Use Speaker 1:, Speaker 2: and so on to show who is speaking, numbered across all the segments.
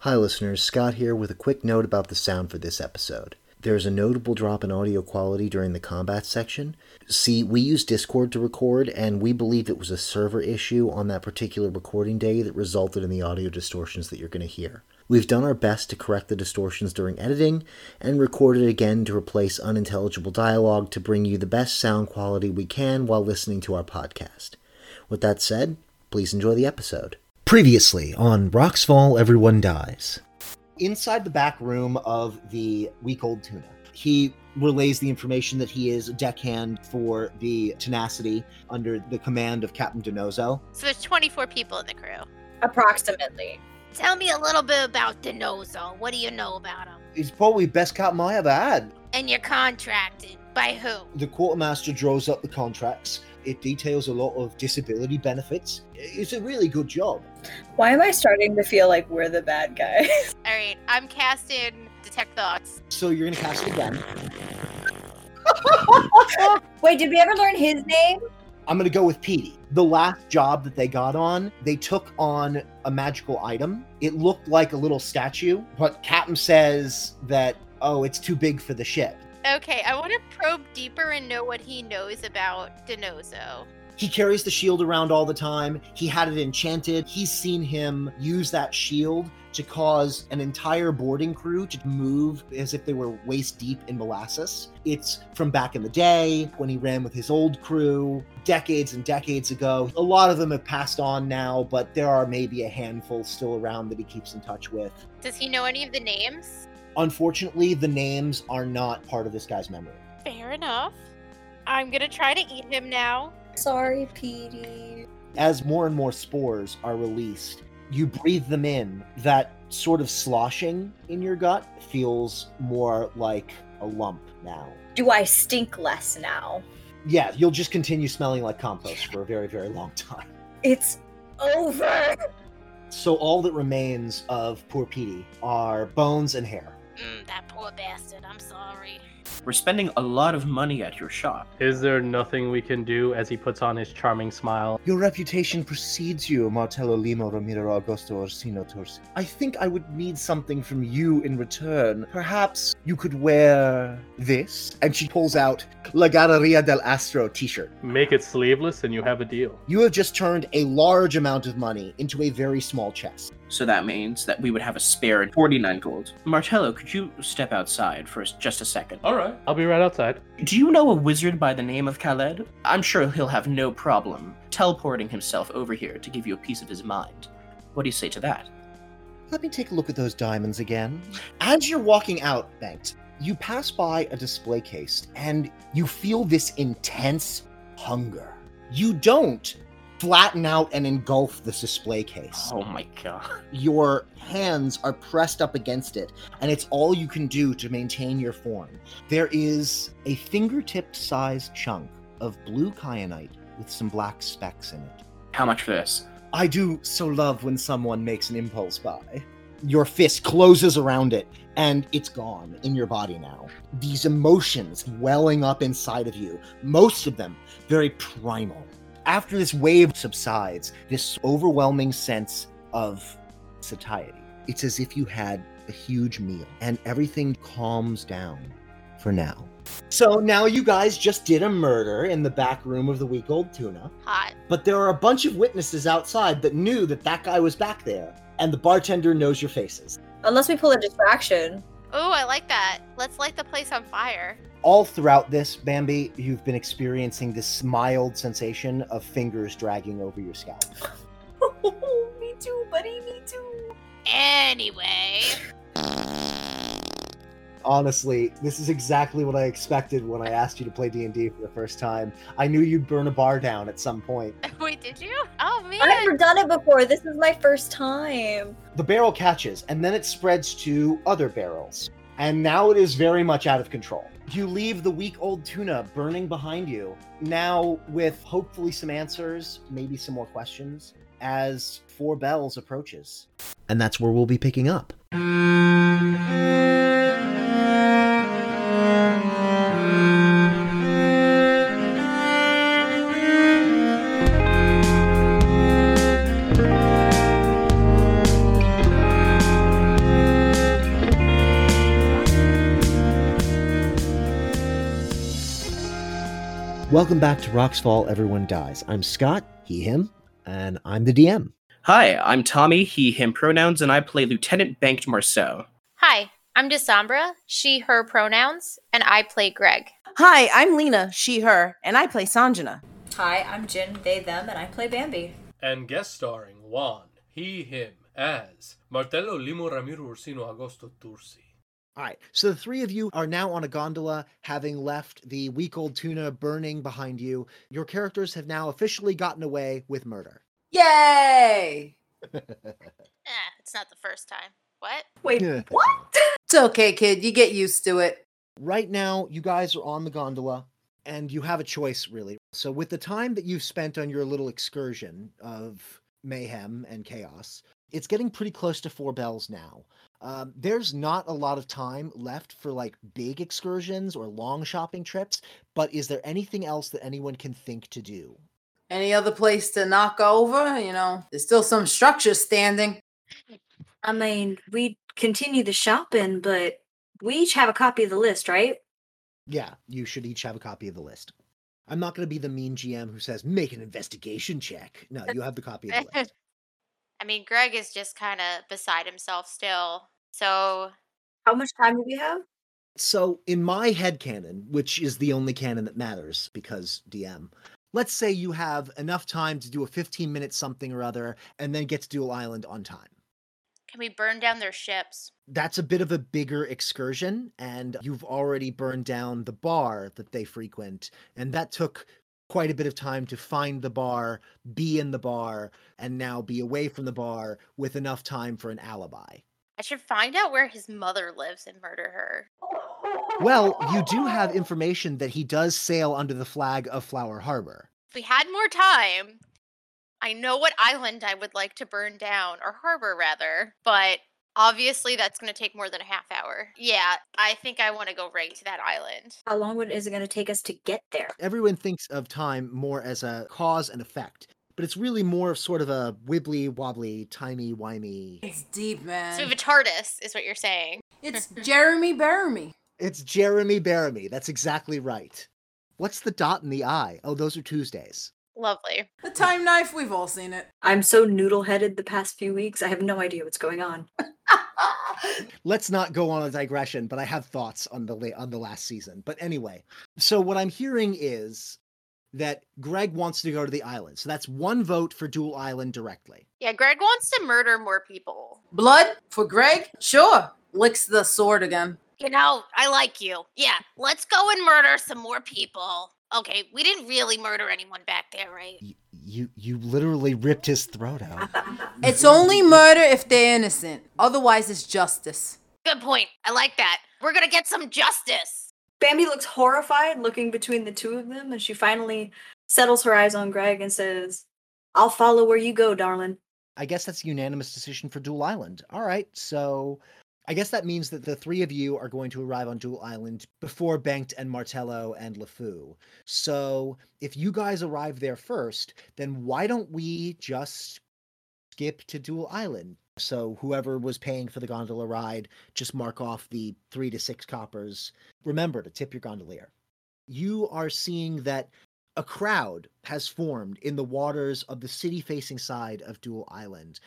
Speaker 1: Hi, listeners. Scott here with a quick note about the sound for this episode. There's a notable drop in audio quality during the combat section. See, we use Discord to record, and we believe it was a server issue on that particular recording day that resulted in the audio distortions that you're going to hear. We've done our best to correct the distortions during editing and recorded again to replace unintelligible dialogue to bring you the best sound quality we can while listening to our podcast. With that said, please enjoy the episode. Previously on Rocks Fall, Everyone Dies. Inside the back room of the week old tuna, he relays the information that he is deckhand for the tenacity under the command of Captain Denozo.
Speaker 2: So there's 24 people in the crew.
Speaker 3: approximately.
Speaker 2: Tell me a little bit about Denozo. What do you know about him?
Speaker 1: He's probably best captain I ever had.
Speaker 2: And you're contracted by who?
Speaker 1: The quartermaster draws up the contracts. It details a lot of disability benefits. It's a really good job.
Speaker 3: Why am I starting to feel like we're the bad guy?
Speaker 2: All right, I'm casting Detect Thoughts.
Speaker 1: So you're gonna cast again.
Speaker 3: Wait, did we ever learn his name?
Speaker 1: I'm gonna go with Petey. The last job that they got on, they took on a magical item. It looked like a little statue, but Captain says that oh, it's too big for the ship.
Speaker 2: Okay, I want to probe deeper and know what he knows about Denozo.
Speaker 1: He carries the shield around all the time. He had it enchanted. He's seen him use that shield to cause an entire boarding crew to move as if they were waist deep in molasses. It's from back in the day when he ran with his old crew decades and decades ago. A lot of them have passed on now, but there are maybe a handful still around that he keeps in touch with.
Speaker 2: Does he know any of the names?
Speaker 1: Unfortunately, the names are not part of this guy's memory.
Speaker 2: Fair enough. I'm going to try to eat him now.
Speaker 3: Sorry, Petey.
Speaker 1: as more and more spores are released, you breathe them in. That sort of sloshing in your gut feels more like a lump now.
Speaker 3: Do I stink less now?
Speaker 1: Yeah, you'll just continue smelling like compost for a very, very long time.
Speaker 3: It's over.
Speaker 1: So, all that remains of poor Petey are bones and hair.
Speaker 2: Mm, that poor bastard. I'm sorry.
Speaker 4: We're spending a lot of money at your shop.
Speaker 5: Is there nothing we can do as he puts on his charming smile?
Speaker 1: Your reputation precedes you, Martello Lima Ramiro Augusto Orsino Tursi. I think I would need something from you in return. Perhaps you could wear this? And she pulls out La Galleria del Astro t shirt.
Speaker 5: Make it sleeveless and you have a deal.
Speaker 1: You have just turned a large amount of money into a very small chest.
Speaker 4: So that means that we would have a spare 49 gold. Martello, could you step outside for just a second?
Speaker 5: All right. I'll be right outside.
Speaker 4: Do you know a wizard by the name of Khaled? I'm sure he'll have no problem teleporting himself over here to give you a piece of his mind. What do you say to that?
Speaker 1: Let me take a look at those diamonds again. As you're walking out, Banks, you pass by a display case and you feel this intense hunger. You don't flatten out and engulf this display case.
Speaker 4: Oh my god.
Speaker 1: Your hands are pressed up against it, and it's all you can do to maintain your form. There is a fingertip sized chunk of blue kyanite with some black specks in it.
Speaker 4: How much for this?
Speaker 1: I do so love when someone makes an impulse buy. Your fist closes around it and it's gone in your body now. These emotions welling up inside of you, most of them very primal. After this wave subsides, this overwhelming sense of satiety, it's as if you had a huge meal and everything calms down for now. So now you guys just did a murder in the back room of the week old tuna.
Speaker 2: Hot.
Speaker 1: But there are a bunch of witnesses outside that knew that that guy was back there, and the bartender knows your faces.
Speaker 3: Unless we pull a distraction.
Speaker 2: Oh, I like that. Let's light the place on fire.
Speaker 1: All throughout this, Bambi, you've been experiencing this mild sensation of fingers dragging over your scalp.
Speaker 3: me too, buddy. Me too.
Speaker 2: Anyway,
Speaker 1: Honestly, this is exactly what I expected when I asked you to play D&D for the first time. I knew you'd burn a bar down at some point.
Speaker 2: wait, did you? Oh man.
Speaker 3: I've never done it before. This is my first time.
Speaker 1: The barrel catches, and then it spreads to other barrels. And now it is very much out of control. You leave the week old tuna burning behind you, now with hopefully some answers, maybe some more questions, as Four Bells approaches. And that's where we'll be picking up. Welcome back to Rocks Fall Everyone Dies. I'm Scott, he, him, and I'm the DM.
Speaker 4: Hi, I'm Tommy, he, him pronouns, and I play Lieutenant Banked Marceau.
Speaker 2: Hi, I'm Desambra, she, her pronouns, and I play Greg.
Speaker 6: Hi, I'm Lena, she, her, and I play Sanjana.
Speaker 7: Hi, I'm Jin, they, them, and I play Bambi.
Speaker 5: and guest starring Juan, he, him, as Martelo Limo Ramiro Ursino Agosto Tursi.
Speaker 1: All right, so the three of you are now on a gondola, having left the week old tuna burning behind you. Your characters have now officially gotten away with murder.
Speaker 7: Yay!
Speaker 2: Eh, it's not the first time. What?
Speaker 7: Wait, what?
Speaker 6: It's okay, kid. You get used to it.
Speaker 1: right now you guys are on the gondola and you have a choice really so with the time that you've spent on your little excursion of mayhem and chaos it's getting pretty close to four bells now um, there's not a lot of time left for like big excursions or long shopping trips but is there anything else that anyone can think to do
Speaker 6: Any other place to knock over? You know, there's still some structure standing.
Speaker 3: I mean, we continue the shopping, but we each have a copy of the list, right?
Speaker 1: yeah you should each have a copy of the list i'm not going to be the mean gm who says make an investigation check no you have the copy of the list
Speaker 2: I mean, Greg is just kind of beside himself still. So,
Speaker 3: How much time do we have?
Speaker 1: So in my head canon, which is the only canon that matters because DM, let's say you have enough time to do a 15 minute something or other and then get to Dual Island on time.
Speaker 2: can we burn down their ships?
Speaker 1: That's a bit of a bigger excursion, and you've already burned down the bar that they frequent, and that took quite a bit of time to find the bar, be in the bar, and now be away from the bar with enough time for an alibi.
Speaker 2: I should find out where his mother lives and murder her.
Speaker 1: Well, you do have information that he does sail under the flag of Flower Harbor.
Speaker 2: If we had more time, I know what island I would like to burn down, or harbor rather, but obviously that's going to take more than a half hour. Yeah, I think I want to go right to that island.
Speaker 3: How long would- is it going to take us to get there?
Speaker 1: everyone thinks of time more as a cause and effect, but it's really more of sort of a wibbly wobbly, timey wimey.
Speaker 6: It's deep,
Speaker 2: So we have
Speaker 6: man.
Speaker 2: a TARDIS, is what you're saying.
Speaker 6: It's Jeremy Beremy.
Speaker 1: It's Jeremy Baramy. That's exactly right. What's the dot in the I? Oh, those are Tuesdays.
Speaker 2: Lovely.
Speaker 6: The time knife, we've all seen it.
Speaker 3: I'm so noodle headed the past few weeks. I have no idea what's going on.
Speaker 1: Let's not go on a digression, but I have thoughts on the la- on the last season. But anyway, so what I'm hearing is that Greg wants to go to the island. So that's one vote for Dual Island directly.
Speaker 2: Yeah, Greg wants to murder more people.
Speaker 6: Blood for Greg? Sure. Licks the sword again.
Speaker 2: You know, I like you. Yeah, let's go and murder some more people. Okay, we didn't really murder anyone back there, right?
Speaker 1: You you, you literally ripped his throat out.
Speaker 6: It's only murder if they're innocent. Otherwise, it's justice.
Speaker 2: Good point. I like that. We're gonna get some justice.
Speaker 3: Bambi looks horrified looking between the two of them, and she finally settles her eyes on Greg and says, I'll follow where you go, darling.
Speaker 1: I guess that's a unanimous decision for Dual Island. All right, so I guess that means that the three of you are going to arrive on Dual Island before Banked and Martello and LeFou. So if you guys arrive there first, then why don't we just skip to Dual Island? So whoever was paying for the gondola ride, just mark off the three to six coppers. Remember to tip your gondolier. You are seeing that a crowd has formed in the waters of the city facing side of Dual Island.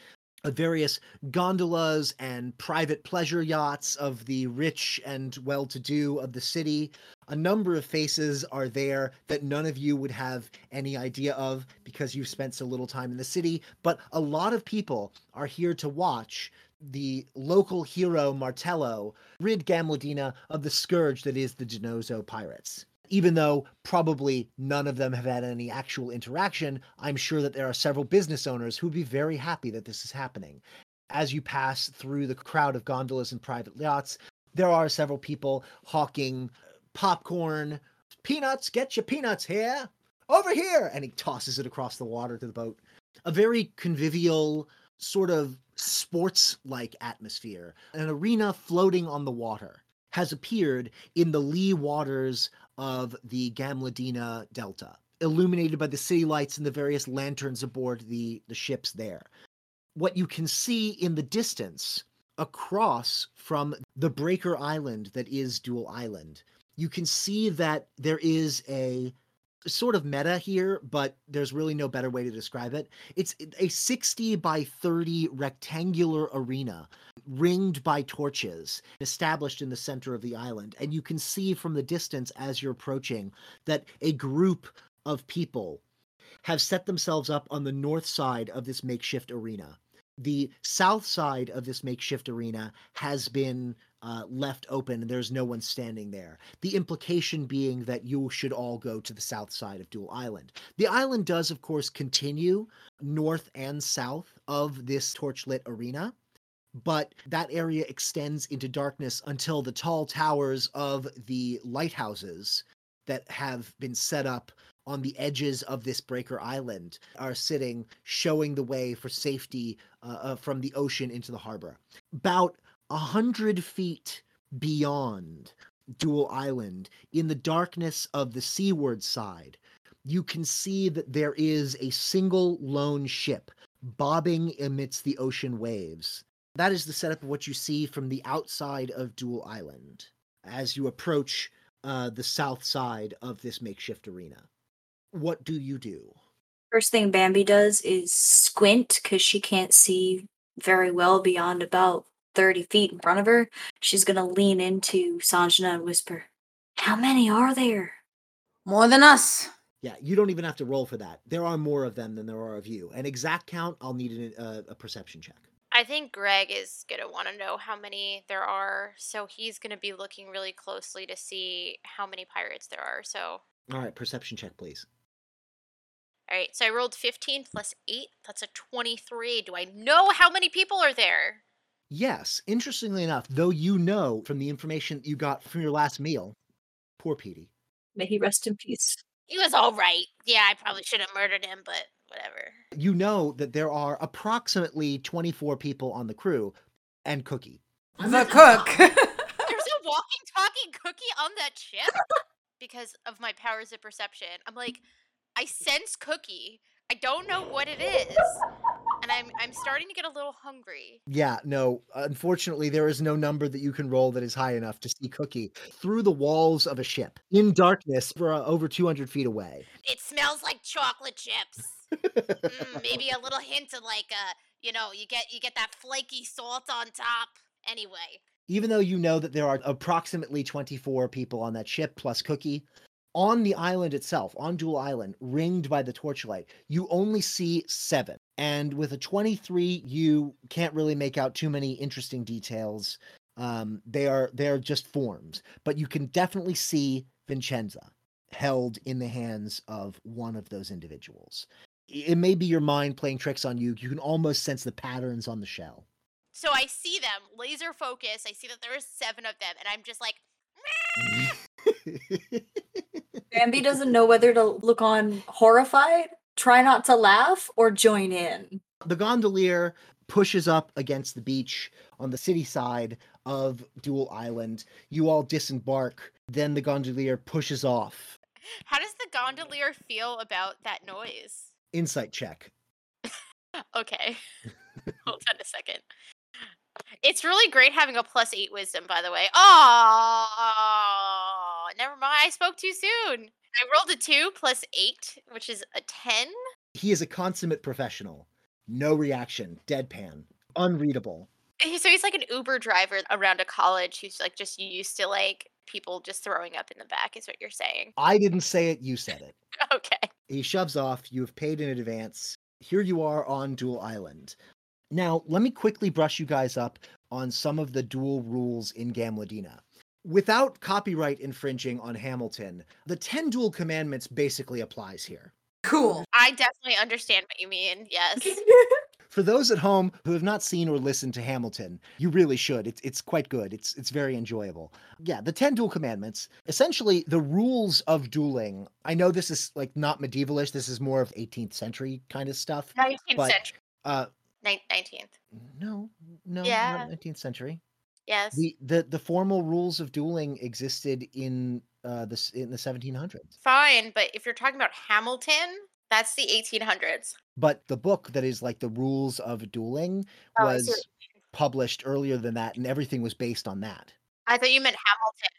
Speaker 1: Uh, Various gondolas and private pleasure yachts of the rich and well to do of the city. A number of faces are there that none of you would have any idea of because you've spent so little time in the city, but a lot of people are here to watch the local hero Martello rid Gamladina of the scourge that is the Genozo pirates even though probably none of them have had any actual interaction, I'm sure that there are several business owners who would be very happy that this is happening. As you pass through the crowd of gondolas and private yachts, there are several people hawking uh, popcorn, peanuts, get your peanuts here, over here, and he tosses it across the water to the boat. A very convivial, sort of sports like atmosphere. An arena floating on the water has appeared in the lee waters of the Gamladina Delta, illuminated by the city lights and the various lanterns aboard the, the ships there. What you can see in the distance across from the breaker island that is Dual Island, you can see that there is a sort of meta here, but there's really no better way to describe it. It's a 60 by 30 rectangular arena ringed by torches established in the center of the island. And you can see from the distance as you're approaching that a group of people have set themselves up on the north side of this makeshift arena. The south side of this makeshift arena has been uh, left open and there's no one standing there. The implication being that you should all go to the south side of Dual Island. The island does, of course, continue north and south of this torchlit arena, but that area extends into darkness until the tall towers of the lighthouses that have been set up on the edges of this breaker island are sitting, showing the way for safety uh, uh, from the ocean into the harbor. About a hundred feet beyond Dual Island, in the darkness of the seaward side, you can see that there is a single lone ship bobbing amidst the ocean waves. That is the setup of what you see from the outside of Dual Island as you approach uh, the south side of this makeshift arena. What do you do?
Speaker 3: First thing Bambi does is squint because she can't see very well beyond about 30 feet in front of her. She's going to lean into Sanjana and whisper, How many are there?
Speaker 6: More than us.
Speaker 1: Yeah, you don't even have to roll for that. There are more of them than there are of you. An exact count, I'll need an, uh, a perception check.
Speaker 2: I think Greg is going to want to know how many there are, so he's going to be looking really closely to see how many pirates there are. So, all
Speaker 1: All right, perception check, please.
Speaker 2: right, so I rolled 15 plus 8. That's a 23. Do I know how many people are there?
Speaker 1: Yes, interestingly enough, though you know from the information you got from your last meal, poor Petey.
Speaker 3: May he rest in peace.
Speaker 2: He was all right. Yeah, I probably should have murdered him, but whatever.
Speaker 1: you know that there are approximately 24 people on the crew and Cookie.
Speaker 6: The cook.
Speaker 2: There's a walking talking cookie on that ship because of my powers of perception. I'm like, I sense cookie. I don't know what it is. And I'm I'm starting to get a little hungry.
Speaker 1: Yeah, no, unfortunately, there is no number that you can roll that is high enough to see Cookie through the walls of a ship in darkness for uh, over 200 feet away.
Speaker 2: It smells like chocolate chips. Mm, maybe a little hint of like uh, you know, you get you get that flaky salt on top. Anyway,
Speaker 1: Even though you know that there are approximately 24 people on that ship plus Cookie, on the island itself, on Dual Island, ringed by the torchlight, you only see seven. And with a 23, you can't really make out too many interesting details. Um, they are they are just forms, but you can definitely see Vincenza held in the hands of one of those individuals. I- It may be your mind playing tricks on you. You can almost sense the patterns on the shell.
Speaker 2: so I see them, laser focus. I see that there are seven of them, and I'm just like,
Speaker 3: Bambi doesn't know whether to look on horrified, try not to laugh, or join in.
Speaker 1: the gondolier pushes up against the beach on the city side of Dual Island. You all disembark. Then the gondolier pushes off.
Speaker 2: how does the gondolier feel about that noise?
Speaker 1: Insight check.
Speaker 2: Okay. Hold on a second. It's really great having a plus eight wisdom, by the way. Oh, never mind. I spoke too soon. I rolled a two plus eight, which is a ten.
Speaker 1: He is a consummate professional. No reaction. Deadpan. Unreadable.
Speaker 2: He- So he's like an Uber driver around a college who's like just used to like people just throwing up in the back, is what you're saying.
Speaker 1: I didn't say it. You said it.
Speaker 2: Okay.
Speaker 1: He shoves off. You have paid in advance. Here you are on Dual Island. Now, let me quickly brush you guys up on some of the dual rules in Gamladina. Without copyright infringing on Hamilton, the 10 dual commandments basically applies here.
Speaker 6: cool.
Speaker 2: I definitely understand what you mean. Yes.
Speaker 1: For those at home who have not seen or listened to Hamilton, you really should. It's it's quite good. It's it's very enjoyable. Yeah, the Ten Dual Commandments. Essentially, the rules of dueling. I know this is like not medievalish. This is more of 18th century kind of stuff.
Speaker 2: 19th
Speaker 1: But-
Speaker 2: century.
Speaker 1: Uh,
Speaker 2: Nin- 19th.
Speaker 1: no, no,
Speaker 2: Yeah.
Speaker 1: not 19th century.
Speaker 2: Yes.
Speaker 1: The, the the formal rules of dueling existed in uh this in the 1700s.
Speaker 2: Fine. But if you're talking about Hamilton, that's the 1800s.
Speaker 1: But the book that is like the rules of dueling
Speaker 2: Oh, I see what
Speaker 1: was published earlier than that, and everything was based on that.
Speaker 2: I thought you meant Hamilton.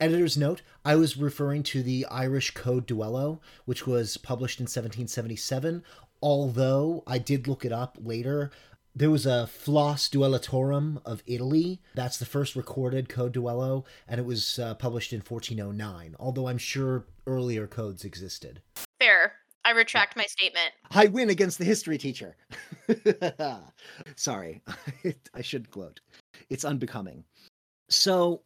Speaker 8: Editor's note I was referring to the Irish Code Duello, which was published in 1777. Although I did look it up later, there was a Flos Duellatorum of Italy. That's the first recorded Code Duello, and it was uh, published in 1409, although I'm sure earlier codes existed.
Speaker 2: Fair. I retract my statement.
Speaker 1: I win against the history teacher. Sorry, I should gloat. It's unbecoming. So,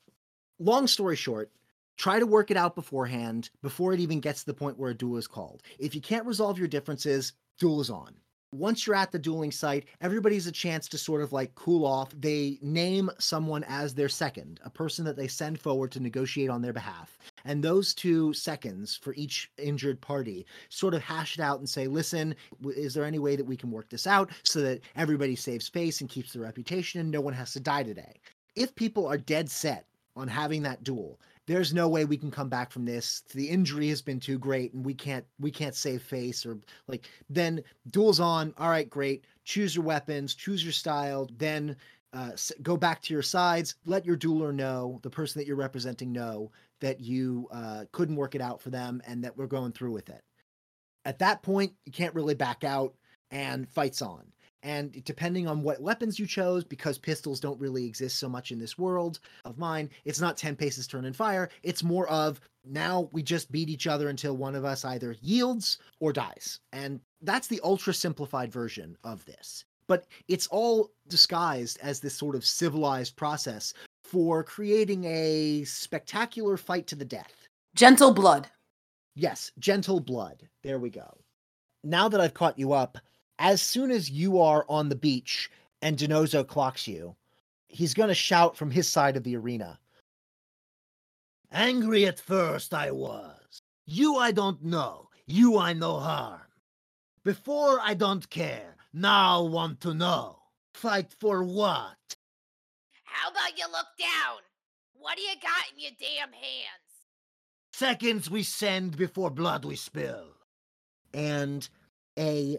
Speaker 1: long story short, try to work it out beforehand before it even gets to the point where a duel is called. If you can't resolve your differences, duel is on. Once you're at the dueling site, everybody's a chance to sort of like cool off. They name someone as their second, a person that they send forward to negotiate on their behalf. And those two seconds for each injured party sort of hash it out and say, listen, w- is there any way that we can work this out so that everybody saves face and keeps their reputation and no one has to die today? If people are dead set on having that duel, there's no way we can come back from this. The injury has been too great and we can't we can't save face or like then duels on. All right, great. Choose your weapons, choose your style, then uh, s- go back to your sides. Let your dueler know, the person that you're representing know, that you uh, couldn't work it out for them and that we're going through with it. At that point, you can't really back out and fights on. And depending on what weapons you chose, because pistols don't really exist so much in this world of mine, it's not 10 paces turn and fire. It's more of now we just beat each other until one of us either yields or dies. And that's the ultra simplified version of this. But it's all disguised as this sort of civilized process for creating a spectacular fight to the death.
Speaker 6: Gentle blood.
Speaker 1: Yes, gentle blood. There we go. Now that I've caught you up, as soon as you are on the beach and Denozo clocks you, he's going to shout from his side of the arena. Angry at first I was. You I don't know. You I know harm. Before I don't care. Now want to know. Fight for what?
Speaker 2: How about you look down? What do you got in your damn hands?
Speaker 1: seconds we send before blood we spill. And a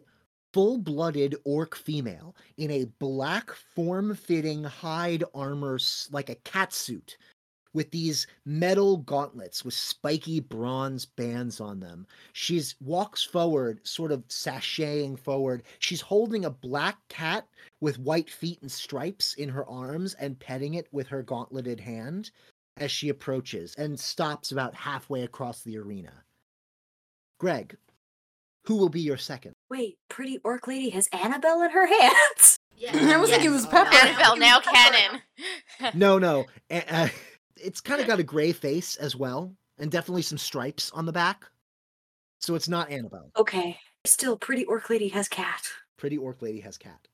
Speaker 1: full blooded orc female in a black form fitting hide armor, s- like a cat suit, with these metal gauntlets with spiky bronze bands on them. She's walks forward, sort of sashaying forward. She's holding a black cat with white feet and stripes in her arms and petting it with her gauntleted hand as she approaches and stops about halfway across the arena. Greg, who will be your second?
Speaker 3: Wait, pretty orc lady has Annabelle in her hands.
Speaker 6: I was thinking it was Pepper.
Speaker 2: Annabelle now
Speaker 3: Pepper.
Speaker 2: canon.
Speaker 1: No, no. a- uh, it's kind of got a gray face as well, and definitely some stripes on the back. So it's not Annabelle.
Speaker 3: Okay. Still, pretty orc lady has cat.
Speaker 1: Pretty orc lady has cat.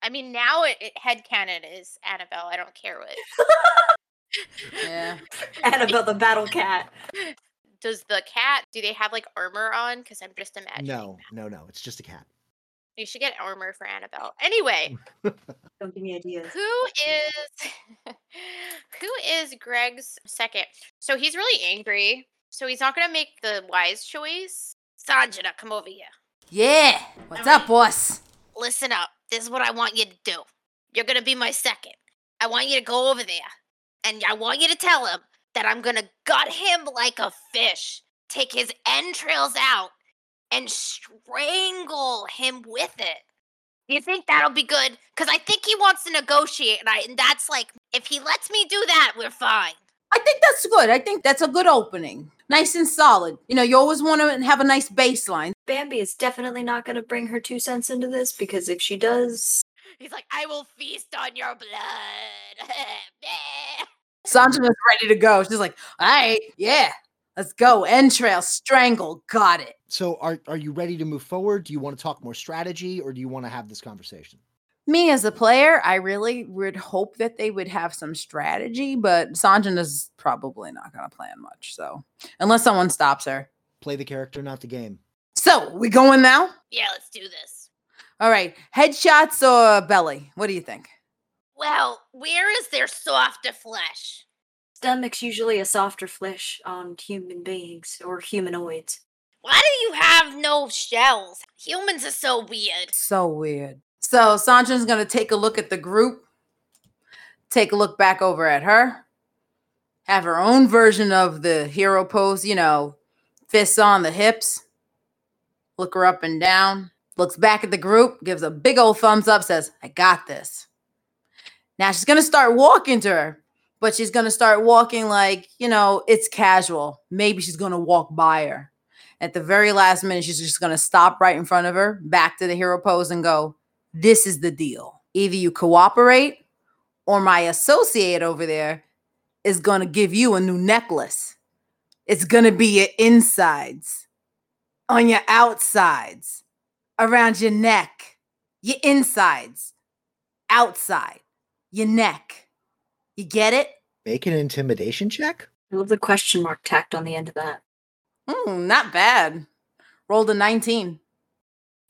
Speaker 2: I mean, now it, it head canon is Annabelle. I don't care what.
Speaker 6: Yeah.
Speaker 3: Annabelle the battle cat.
Speaker 2: Does the cat? Do they have like armor on? Because I'm just imagining.
Speaker 1: No, no, no. It's just a cat.
Speaker 2: You should get armor for Annabelle. Anyway,
Speaker 3: Don't give me ideas.
Speaker 2: who is who is Greg's second? So he's really angry. So he's not gonna make the wise choice. Sanjana, come over here.
Speaker 6: Yeah. What's up, boss?
Speaker 2: Listen up. This is what I want you to do. You're gonna be my second. I want you to go over there, and I want you to tell him that I'm gonna gut him like a fish, take his entrails out, and strangle him with it. Do you think that'll be good? Because I think he wants to negotiate, and, I, and that's like, if he lets me do that, we're fine.
Speaker 6: I think that's good. I think that's a good opening. Nice and solid. You know, you always want to have a nice baseline.
Speaker 3: Bambi is definitely not going to bring her two cents into this because if she does,
Speaker 2: He's like, I will feast on your blood.
Speaker 6: Sanjana's ready to go. She's like, all right, yeah, let's go. Entrail, strangle, got it.
Speaker 1: So are are you ready to move forward? Do you want to talk more strategy or do you want to have this conversation?
Speaker 6: Me as a player, I really would hope that they would have some strategy, but Sanjana's probably not going to plan much. So, unless someone stops her.
Speaker 1: Play the character, not the game.
Speaker 6: So, we going now?
Speaker 2: yeah, let's do this.
Speaker 6: All right, headshots or belly? What do you think?
Speaker 2: Well, where is their softer flesh?
Speaker 3: stomach's usually a softer flesh on human beings or humanoids.
Speaker 2: Why do you have no shells? Humans are so weird.
Speaker 6: So weird. So Sandra's gonna take a look at the group, take a look back over at her, have her own version of the hero pose, you know, fists on the hips, look her up and down, looks back at the group, gives a big old thumbs up, says, I got this. Now she's going to start walking to her, but she's going to start walking like, you know, it's casual. Maybe she's going to walk by her. At the very last minute, she's just going to stop right in front of her, back to the hero pose, and go, This is the deal. Either you cooperate or my associate over there is going to give you a new necklace. It's going to be your insides, on your outsides, around your neck, your insides, outside, your neck. You get it?
Speaker 9: Make an intimidation check?
Speaker 3: I love the question mark tacked on the end of that.
Speaker 6: Mm, not bad. Rolled a 19.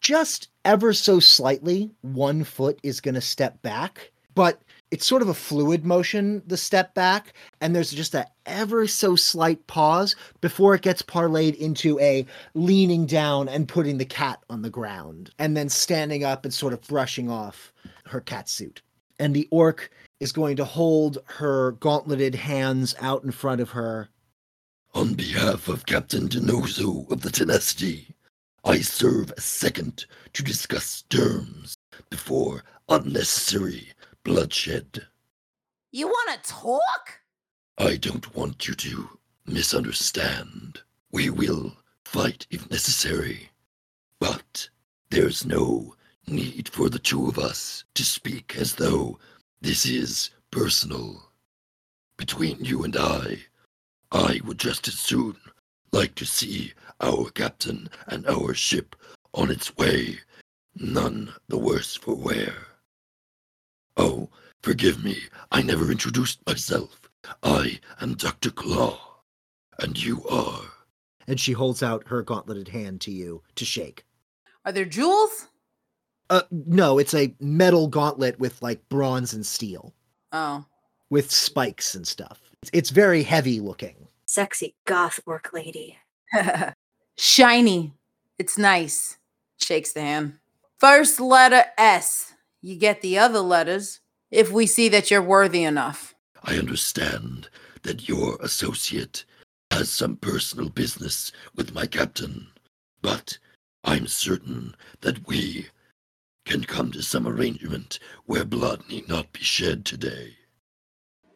Speaker 1: Just ever so slightly, one foot is going to step back, but it's sort of a fluid motion, the step back, and there's just a ever so slight pause before it gets parlayed into a leaning down and putting the cat on the ground, and then standing up and sort of brushing off her cat suit. And the orc is going to hold her gauntleted hands out in front of her.
Speaker 10: On behalf of Captain Denozo of the Tenacity, I serve as second to discuss terms before unnecessary bloodshed.
Speaker 6: You want to talk?
Speaker 10: I don't want you to misunderstand. We will fight if necessary, but there's no need for the two of us to speak as though this is personal. Between you and I, I would just as soon like to see our captain and our ship on its way, none the worse for wear. Oh, forgive me, I never introduced myself. I am Dr. Claw, and you are.
Speaker 1: And she holds out her gauntleted hand to you to shake.
Speaker 6: Are there jewels?
Speaker 1: Uh, no, it's a metal gauntlet with like bronze and steel,
Speaker 6: Oh,
Speaker 1: with spikes and stuff. It's, it's very heavy looking.
Speaker 3: Sexy goth work lady.
Speaker 6: shiny. It's nice. Shakes the hand. First letter S. You get the other letters if we see that you're worthy enough.
Speaker 10: I understand that your associate has some personal business with my captain, but I'm certain that we can come to some arrangement where blood need not be shed today.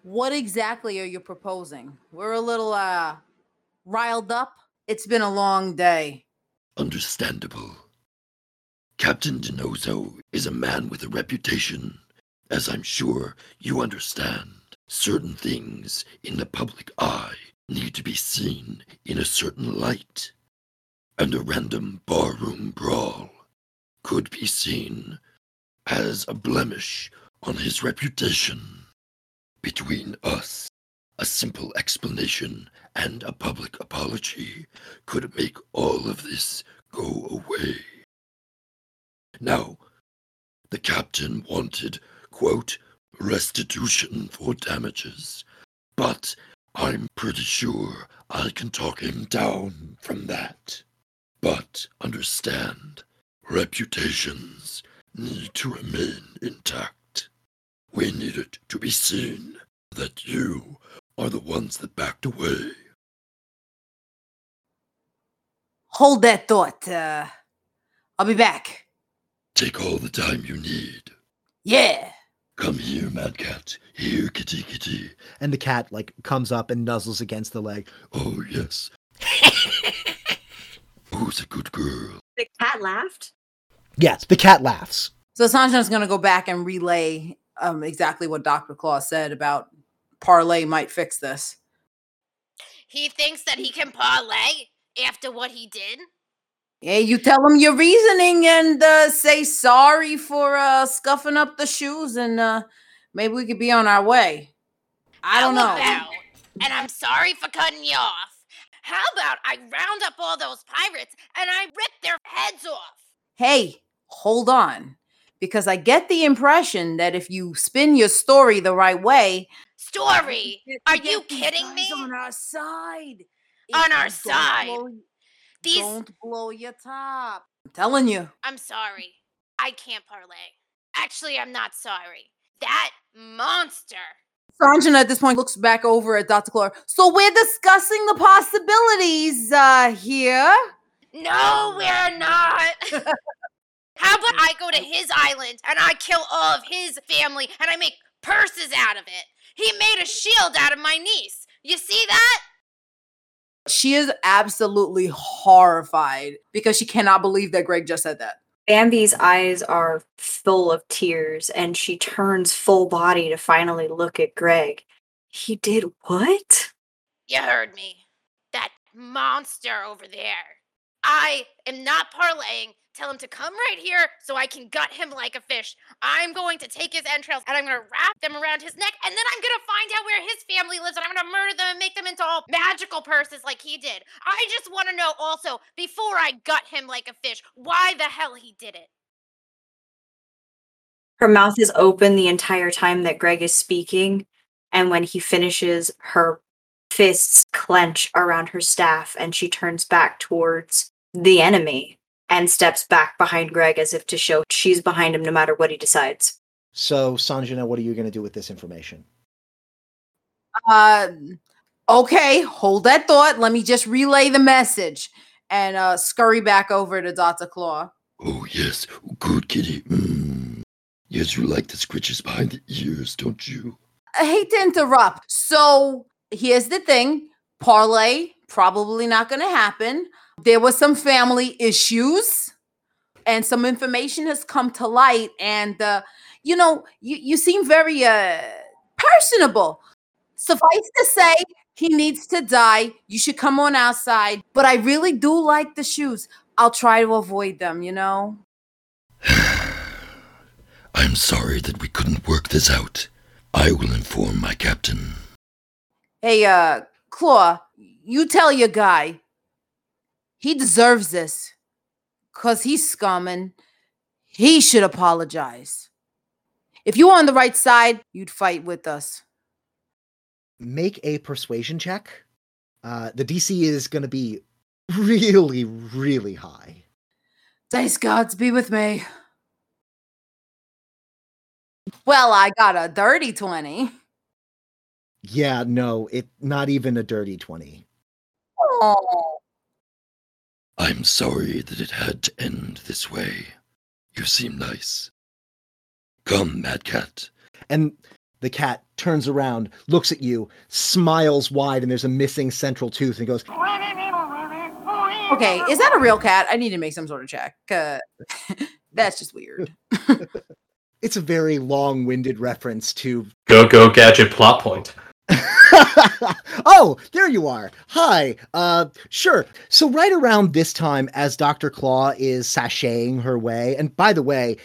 Speaker 6: What exactly are you proposing? We're a little uh riled up. It's been a long day.
Speaker 10: Understandable. Captain Denozo is a man with a reputation, as I'm sure you understand. Certain things in the public eye need to be seen in a certain light, and a random barroom brawl could be seen as a blemish on his reputation. Between us, a simple explanation and a public apology could make all of this go away. Now, the captain wanted, quote, restitution for damages, but I'm pretty sure I can talk him down from that. But understand, reputations need to remain intact. We need it to be seen that you are the ones that backed away.
Speaker 6: Hold that thought. Uh I'll be back.
Speaker 10: Take all the time you need.
Speaker 6: Yeah.
Speaker 10: Come here, Mad Cat. Here, kitty kitty.
Speaker 1: And the cat like comes up and nuzzles against the leg.
Speaker 10: Oh, yes. Who's a good girl?
Speaker 3: The cat laughed.
Speaker 1: Yes, the cat laughs.
Speaker 6: So Sanjana's going to go back and relay um, exactly what Dr. Claw said about parlay might fix this.
Speaker 2: He thinks that he can parlay after what he did.
Speaker 6: Yeah, you tell him your reasoning and uh, say sorry for uh, scuffing up the shoes, and uh, maybe we could be on our way. I don't
Speaker 2: How
Speaker 6: know.
Speaker 2: about, and I'm sorry for cutting you off. How about I round up all those pirates and I rip their heads off?
Speaker 6: Hey, hold on. Because I get the impression that if you spin your story the right way,
Speaker 2: Story.
Speaker 6: Get-
Speaker 2: Are
Speaker 6: get
Speaker 2: you
Speaker 6: these
Speaker 2: kidding
Speaker 6: guys
Speaker 2: me?
Speaker 6: On our side.
Speaker 2: On our
Speaker 6: If you don't
Speaker 2: side.
Speaker 6: blow-
Speaker 2: These.
Speaker 6: Don't blow your top. I'm telling you.
Speaker 2: I'm sorry. I can't parlay. Actually, I'm not sorry. That monster
Speaker 6: Sanjana at this point looks back over at Dr. Clara. So we're discussing the possibilities uh, here.
Speaker 2: No, we're not. How about I go to his island and I kill all of his family and I make purses out of it? He made a shield out of my niece. You see that?
Speaker 6: She is absolutely horrified because she cannot believe that Greg just said that.
Speaker 3: Bambi's eyes are full of tears and she turns full body to finally look at Greg. He did what?
Speaker 2: You heard me. That monster over there. I am not parlaying. Tell him to come right here so I can gut him like a fish. I'm going to take his entrails and I'm going to wrap them around his neck and then I'm going to find out where his family lives and I'm going to murder them and make them into all magical purses like he did. I just want to know also, before I gut him like a fish, why the hell he did it.
Speaker 3: Her mouth is open the entire time that Greg is speaking, and when he finishes, her fists clench around her staff and she turns back towards the enemy and steps back behind Greg as if to show she's behind him no matter what he decides.
Speaker 1: So, Sanjana, what are you going to do with this information?
Speaker 6: Uh, okay, hold that thought. Let me just relay the message and uh, scurry back over to Dr. Claw.
Speaker 10: Oh, yes. Good kitty. Mm. Yes, you like the scritches behind the ears, don't you?
Speaker 6: I hate to interrupt. So here's the thing parlay, probably not going to happen. There was some family issues, and some information has come to light. And, uh, you know, you, you seem very uh, personable. Suffice to say, he needs to die. You should come on outside. But I really do like the shoes. I'll try to avoid them, you know?
Speaker 10: I'm sorry that we couldn't work this out. I will inform my captain.
Speaker 6: Hey, uh, Claw, you tell your guy. He deserves this. Cause he's scumming. He should apologize. If you were on the right side, you'd fight with us.
Speaker 1: Make a persuasion check. Uh, the DC is going to be really, really high.
Speaker 6: Dice gods be with me. Well, I got a dirty 20.
Speaker 1: Yeah, no, it not even a dirty 20.
Speaker 6: Oh.
Speaker 10: I'm sorry that it had to end this way. You seem nice. Come, Mad Cat.
Speaker 1: And the cat turns around, looks at you, smiles wide, and there's a missing central tooth and goes,
Speaker 6: Okay, is that a real cat? I need to make some sort of check. Uh, that's just weird.
Speaker 1: It's a very long winded reference to,
Speaker 5: Go go gadget plot point.
Speaker 1: oh, there you are. Hi. Uh, sure. So, right around this time, as Dr. Claw is sashaying her way, and by the way,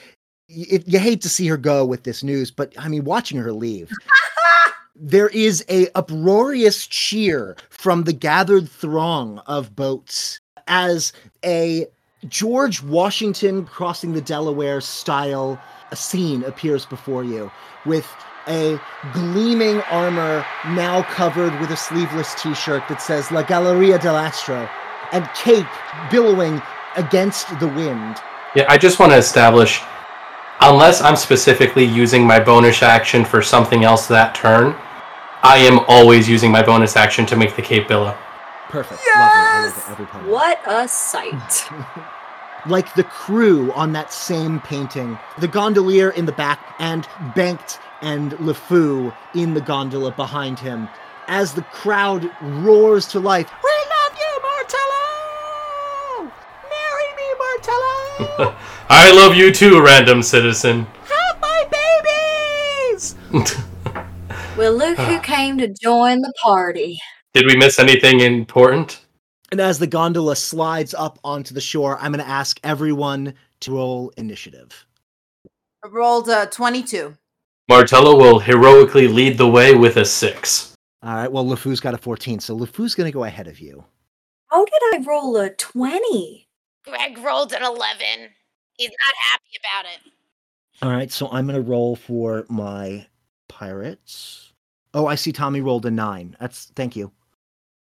Speaker 1: y- it, you hate to see her go with this news, but I mean, watching her leave. There is a uproarious cheer from the gathered throng of boats as a George Washington crossing the Delaware style scene appears before you with a gleaming armor now covered with a sleeveless t-shirt that says La Galleria del Astro and cape billowing against the wind.
Speaker 5: Yeah, I just want to establish unless I'm specifically using my bonus action for something else that turn, I am always using my bonus action to make the cape billow.
Speaker 1: Perfect.
Speaker 6: Yes!
Speaker 1: Lovely. I love it every time.
Speaker 3: What a sight.
Speaker 1: Like the crew on that same painting, the gondolier in the back and Banked and LeFou in the gondola behind him. As the crowd roars to life, We love you, Martello! Marry me, Martello!
Speaker 5: I love you too, random citizen.
Speaker 1: Have my babies!
Speaker 3: well, look who came to join the party.
Speaker 5: Did we miss anything important?
Speaker 1: And as the gondola slides up onto the shore, I'm going to ask everyone to roll initiative.
Speaker 6: I rolled a 22.
Speaker 5: Martello will heroically lead the way with a six.
Speaker 1: All right. Well, LeFou's got a 14, so LeFou's going to go ahead of you.
Speaker 3: How did I roll a 20?
Speaker 2: Greg rolled an 11. He's not happy about it.
Speaker 1: All right. So I'm going to roll for my pirates. Oh, I see Tommy rolled a nine. That's thank you.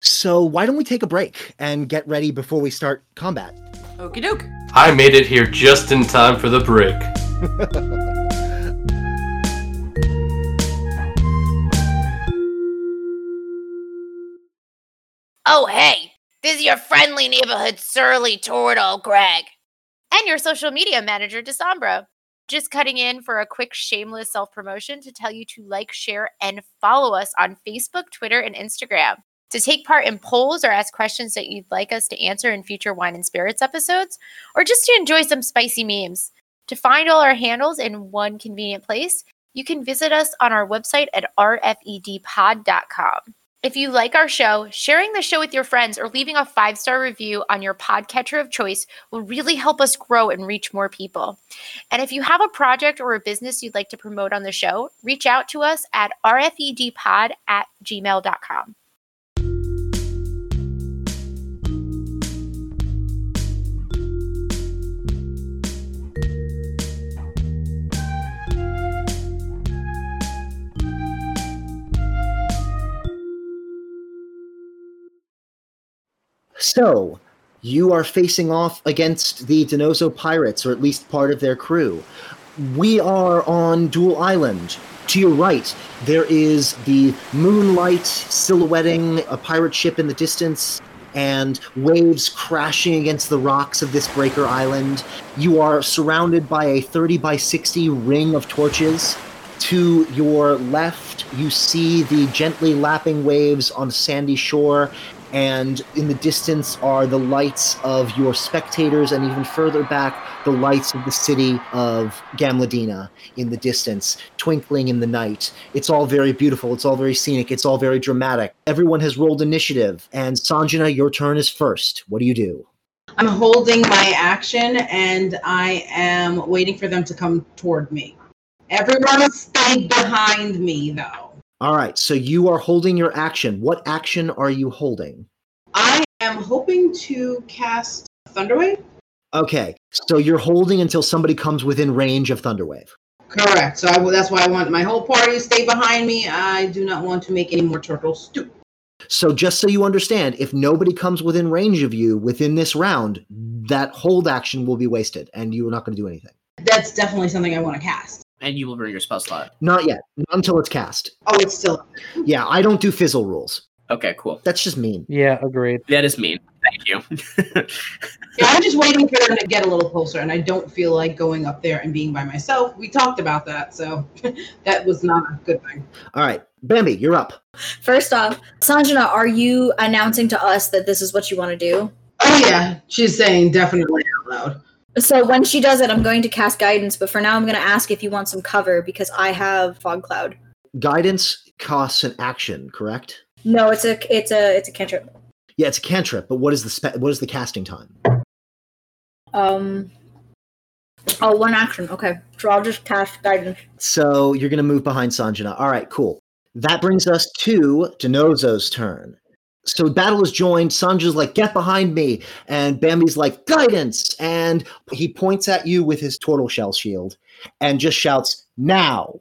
Speaker 1: So why don't we take a break and get ready before we start combat?
Speaker 6: Okie doke.
Speaker 5: I made it here just in time for the break.
Speaker 2: Oh, hey, this is your friendly neighborhood surly turtle, Greg. And your social media manager, Desombra. Just cutting in for a quick shameless self promotion to tell you to like, share, and follow us on Facebook, Twitter, and Instagram. To take part in polls or ask questions that you'd like us to answer in future Wine and Spirits episodes, or just to enjoy some spicy memes. To find all our handles in one convenient place, you can visit us on our website at E rfedpod.com. If you like our show, sharing the show with your friends or leaving a five star review on your podcatcher of choice will really help us grow and reach more people. And if you have a project or a business you'd like to promote on the show, reach out to us at rfedpod at gmail.com.
Speaker 1: So, you are facing off against the Denozo pirates, or at least part of their crew. We are on Dual Island. To your right, there is the moonlight silhouetting a pirate ship in the distance and waves crashing against the rocks of this breaker island. You are surrounded by a 30 by 60 ring of torches. To your left, you see the gently lapping waves on a sandy shore, and in the distance are the lights of your spectators, and even further back, the lights of the city of Gamladina in the distance, twinkling in the night. It's all very beautiful, it's all very scenic, it's all very dramatic. Everyone has rolled initiative, and Sanjana, your turn is first. What do you do?
Speaker 11: I'm holding my action and I am waiting for them to come toward me. Everyone stayed behind me though.
Speaker 1: All right, so you are holding your action. What action are you holding?
Speaker 11: I am hoping to cast Thunderwave.
Speaker 1: Okay, so you're holding until somebody comes within range of Thunderwave.
Speaker 11: Correct. So I, will- that's why I want my whole party to stay behind me. I do not want to make any more turtles stoop.
Speaker 1: So just so you understand, if nobody comes within range of you within this round, that hold action will be wasted and you're not going to do anything.
Speaker 11: That's definitely something I want to cast.
Speaker 4: And you will burn your spell slot.
Speaker 1: Not yet, not until it's cast.
Speaker 11: Oh, it's still
Speaker 1: Yeah, I don't do fizzle rules.
Speaker 4: Okay, cool.
Speaker 1: That's just mean.
Speaker 5: Yeah, agreed.
Speaker 4: That is mean. Thank you.
Speaker 11: Yeah, I'm just waiting for them to get a little closer, and I don't feel like going up there and being by myself. We talked about that, so that was not a good thing.
Speaker 1: All right, Bambi, you're up.
Speaker 3: First off, Sanjana, are you announcing to us that this is what you want to do?
Speaker 11: Oh yeah, she's saying definitely out loud.
Speaker 3: So when she does it, I'm going to cast guidance, but for now, I'm going to ask if you want some cover because I have fog cloud.
Speaker 1: Guidance costs an action, correct?
Speaker 3: No, it's a it's a it's a cantrip.
Speaker 1: Yeah, it's a cantrip, but what is the spe- what is the casting time?
Speaker 3: Um. Oh, one action. Okay, so I'll just cast guidance.
Speaker 1: So you're going to move behind Sanjana. All right, cool. That brings us to Denozo's turn. So battle is joined. Sanja's like, get behind me. And Bambi's like, guidance. And he points at you with his turtle shell shield and just shouts, now.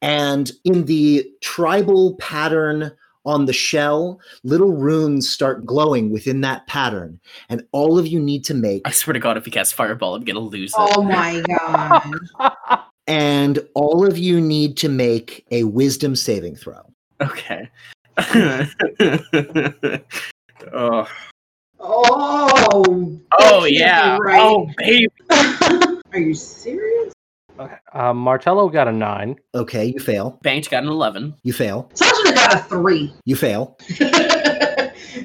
Speaker 1: And in the tribal pattern on the shell, little runes start glowing within that pattern. And all of you need to make
Speaker 4: I swear to God, if he casts Fireball, I'm gonna lose.
Speaker 11: Oh my god.
Speaker 1: and all of you need to make a wisdom saving throw.
Speaker 4: it. Okay. oh.
Speaker 11: Oh.
Speaker 4: Oh
Speaker 11: that can't be
Speaker 4: yeah.
Speaker 11: right.
Speaker 4: Oh baby.
Speaker 11: Are you serious?
Speaker 5: Okay. Uh, Martello got a nine.
Speaker 1: Okay, you fail.
Speaker 4: Banked got an eleven.
Speaker 1: You fail.
Speaker 11: Sanjana got a three.
Speaker 1: You fail.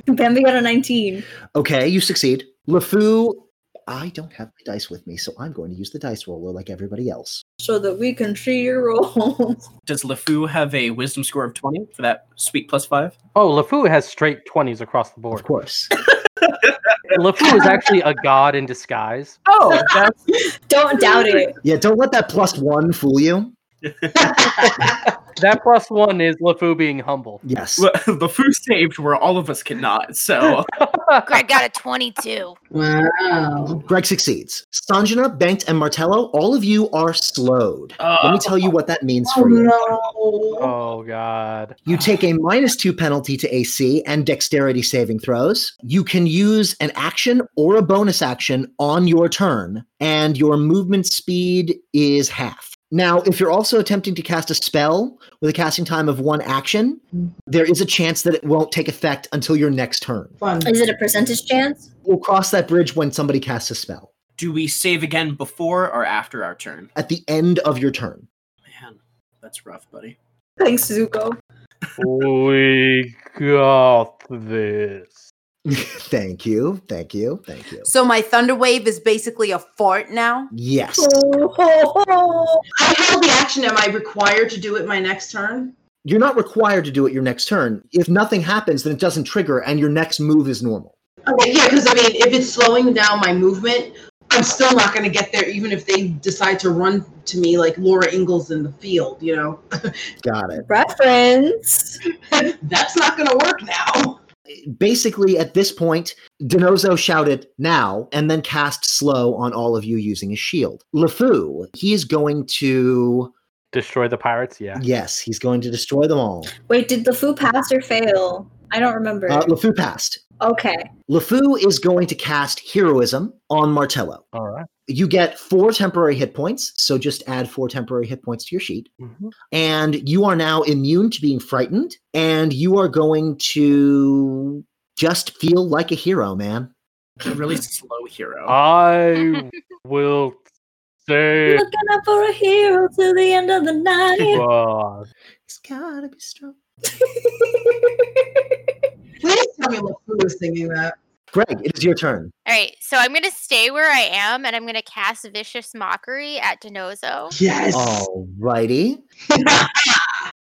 Speaker 3: Bambi got a 19.
Speaker 1: Okay, you succeed. LeFou, I don't have my dice with me, so I'm going to use the dice roller like everybody else.
Speaker 3: So that we can see your rolls.
Speaker 4: Does LeFou have a wisdom score of twenty for that sweet plus five?
Speaker 5: Oh, LeFou has straight 20s across the board.
Speaker 1: Of course.
Speaker 5: LeFou is actually a god in disguise.
Speaker 4: Oh, that's
Speaker 3: Don't doubt it.
Speaker 1: Yeah, don't let that plus one fool you.
Speaker 5: That plus one is LeFou being humble.
Speaker 1: Yes.
Speaker 4: Le- LeFou saved where all of us cannot. So
Speaker 2: Greg got a 22.
Speaker 11: Wow.
Speaker 1: Greg succeeds. Sanjana, Banked, and Martello, all of you are slowed.
Speaker 4: uh,
Speaker 1: Let me tell you what that means
Speaker 11: Oh
Speaker 1: for you.
Speaker 11: no.
Speaker 5: Oh, God.
Speaker 1: You take a minus two penalty to AC and dexterity saving throws. You can use an action or a bonus action on your turn, and your movement speed is half. Now, if you're also attempting to cast a spell with a casting time of one action, there is a chance that it won't take effect until your next turn.
Speaker 3: Is it a percentage chance?
Speaker 1: We'll cross that bridge when somebody casts a spell
Speaker 4: Do we save again before or after our turn?
Speaker 1: at the end of your turn.
Speaker 4: Man, that's rough, buddy.
Speaker 12: Thanks, Zuko.
Speaker 5: we got this.
Speaker 1: thank you, thank you, thank you.
Speaker 6: So my thunder wave is basically a fart now.
Speaker 1: Yes.
Speaker 11: I held the action. Am I required to do it my next turn?
Speaker 1: You're not required to do it your next turn. If nothing happens, then it doesn't trigger and your next move is normal.
Speaker 11: Okay, yeah, because I mean, if it's slowing down my movement, I'm still not going to get there, even if they decide to run to me like Laura Ingalls in the field, you know?
Speaker 1: Got it.
Speaker 3: Reference.
Speaker 11: That's not going to work now.
Speaker 1: Basically, at this point, Denozo shouted now and then cast slow on all of you using his shield. LeFou, he is going to.
Speaker 5: Destroy the pirates? Yeah.
Speaker 1: Yes, he's going to destroy them all.
Speaker 3: Wait, did LeFou pass or fail? I don't remember.
Speaker 1: Uh, LeFou passed.
Speaker 3: okay.
Speaker 1: LeFou is going to cast Heroism on Martello.
Speaker 5: All right.
Speaker 1: You get four temporary hit points, so just add four temporary hit points to your sheet.
Speaker 5: Mhm.
Speaker 1: And you are now immune to being frightened, and you are going to just feel like a hero, man.
Speaker 4: A really slow hero.
Speaker 5: Uh, I will say
Speaker 3: Looking up for a hero till the end of the night.
Speaker 5: God.
Speaker 1: It's gotta be strong.
Speaker 11: Please tell me what Fu was thinking that.
Speaker 1: Greg, it is your turn.
Speaker 2: All right, so I'm going to stay where I am and I'm going to cast Vicious Mockery at Denozo.
Speaker 11: Yes.
Speaker 1: Alrighty.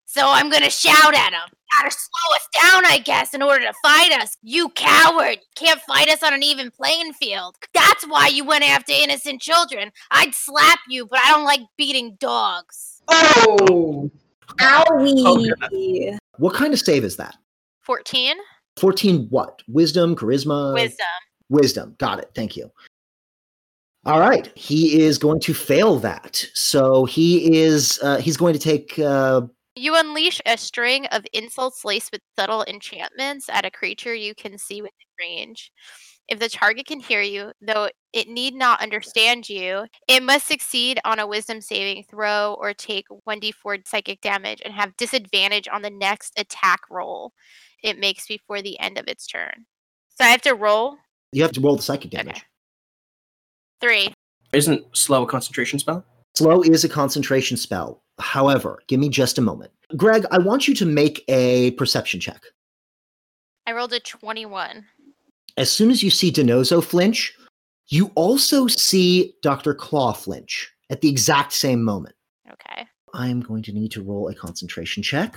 Speaker 2: So I'm going to shout at him. Gotta slow us down, I guess, in order to fight us. You coward! You can't fight us on an even playing field. That's why you went after innocent children. I'd slap you, but I don't like beating dogs.
Speaker 11: Oh.
Speaker 3: Owie.
Speaker 1: What kind of save is that?
Speaker 2: 14?
Speaker 1: 14 what? Wisdom, charisma?
Speaker 2: Wisdom.
Speaker 1: Wisdom. Got it. Thank you. All right. He is going to fail that. So he is uh, he's going to take uh,
Speaker 2: You unleash a string of insults laced with subtle enchantments at a creature you can see within range. If the target can hear you, though it need not understand you, it must succeed on a wisdom saving throw or take 1d4 psychic damage and have disadvantage on the next attack roll it makes before the end of its turn. So I have to roll
Speaker 1: you have to roll the psychic damage.
Speaker 2: three.
Speaker 4: Isn't slow a concentration spell?
Speaker 1: Slow is a concentration spell. However, give me just a moment. Greg, I want you to make a perception check.
Speaker 2: I rolled a 21.
Speaker 1: As soon as you see Denozo flinch, you also see Dr. Claw flinch at the exact same moment.
Speaker 2: Okay.
Speaker 1: I am going to need to roll a concentration check.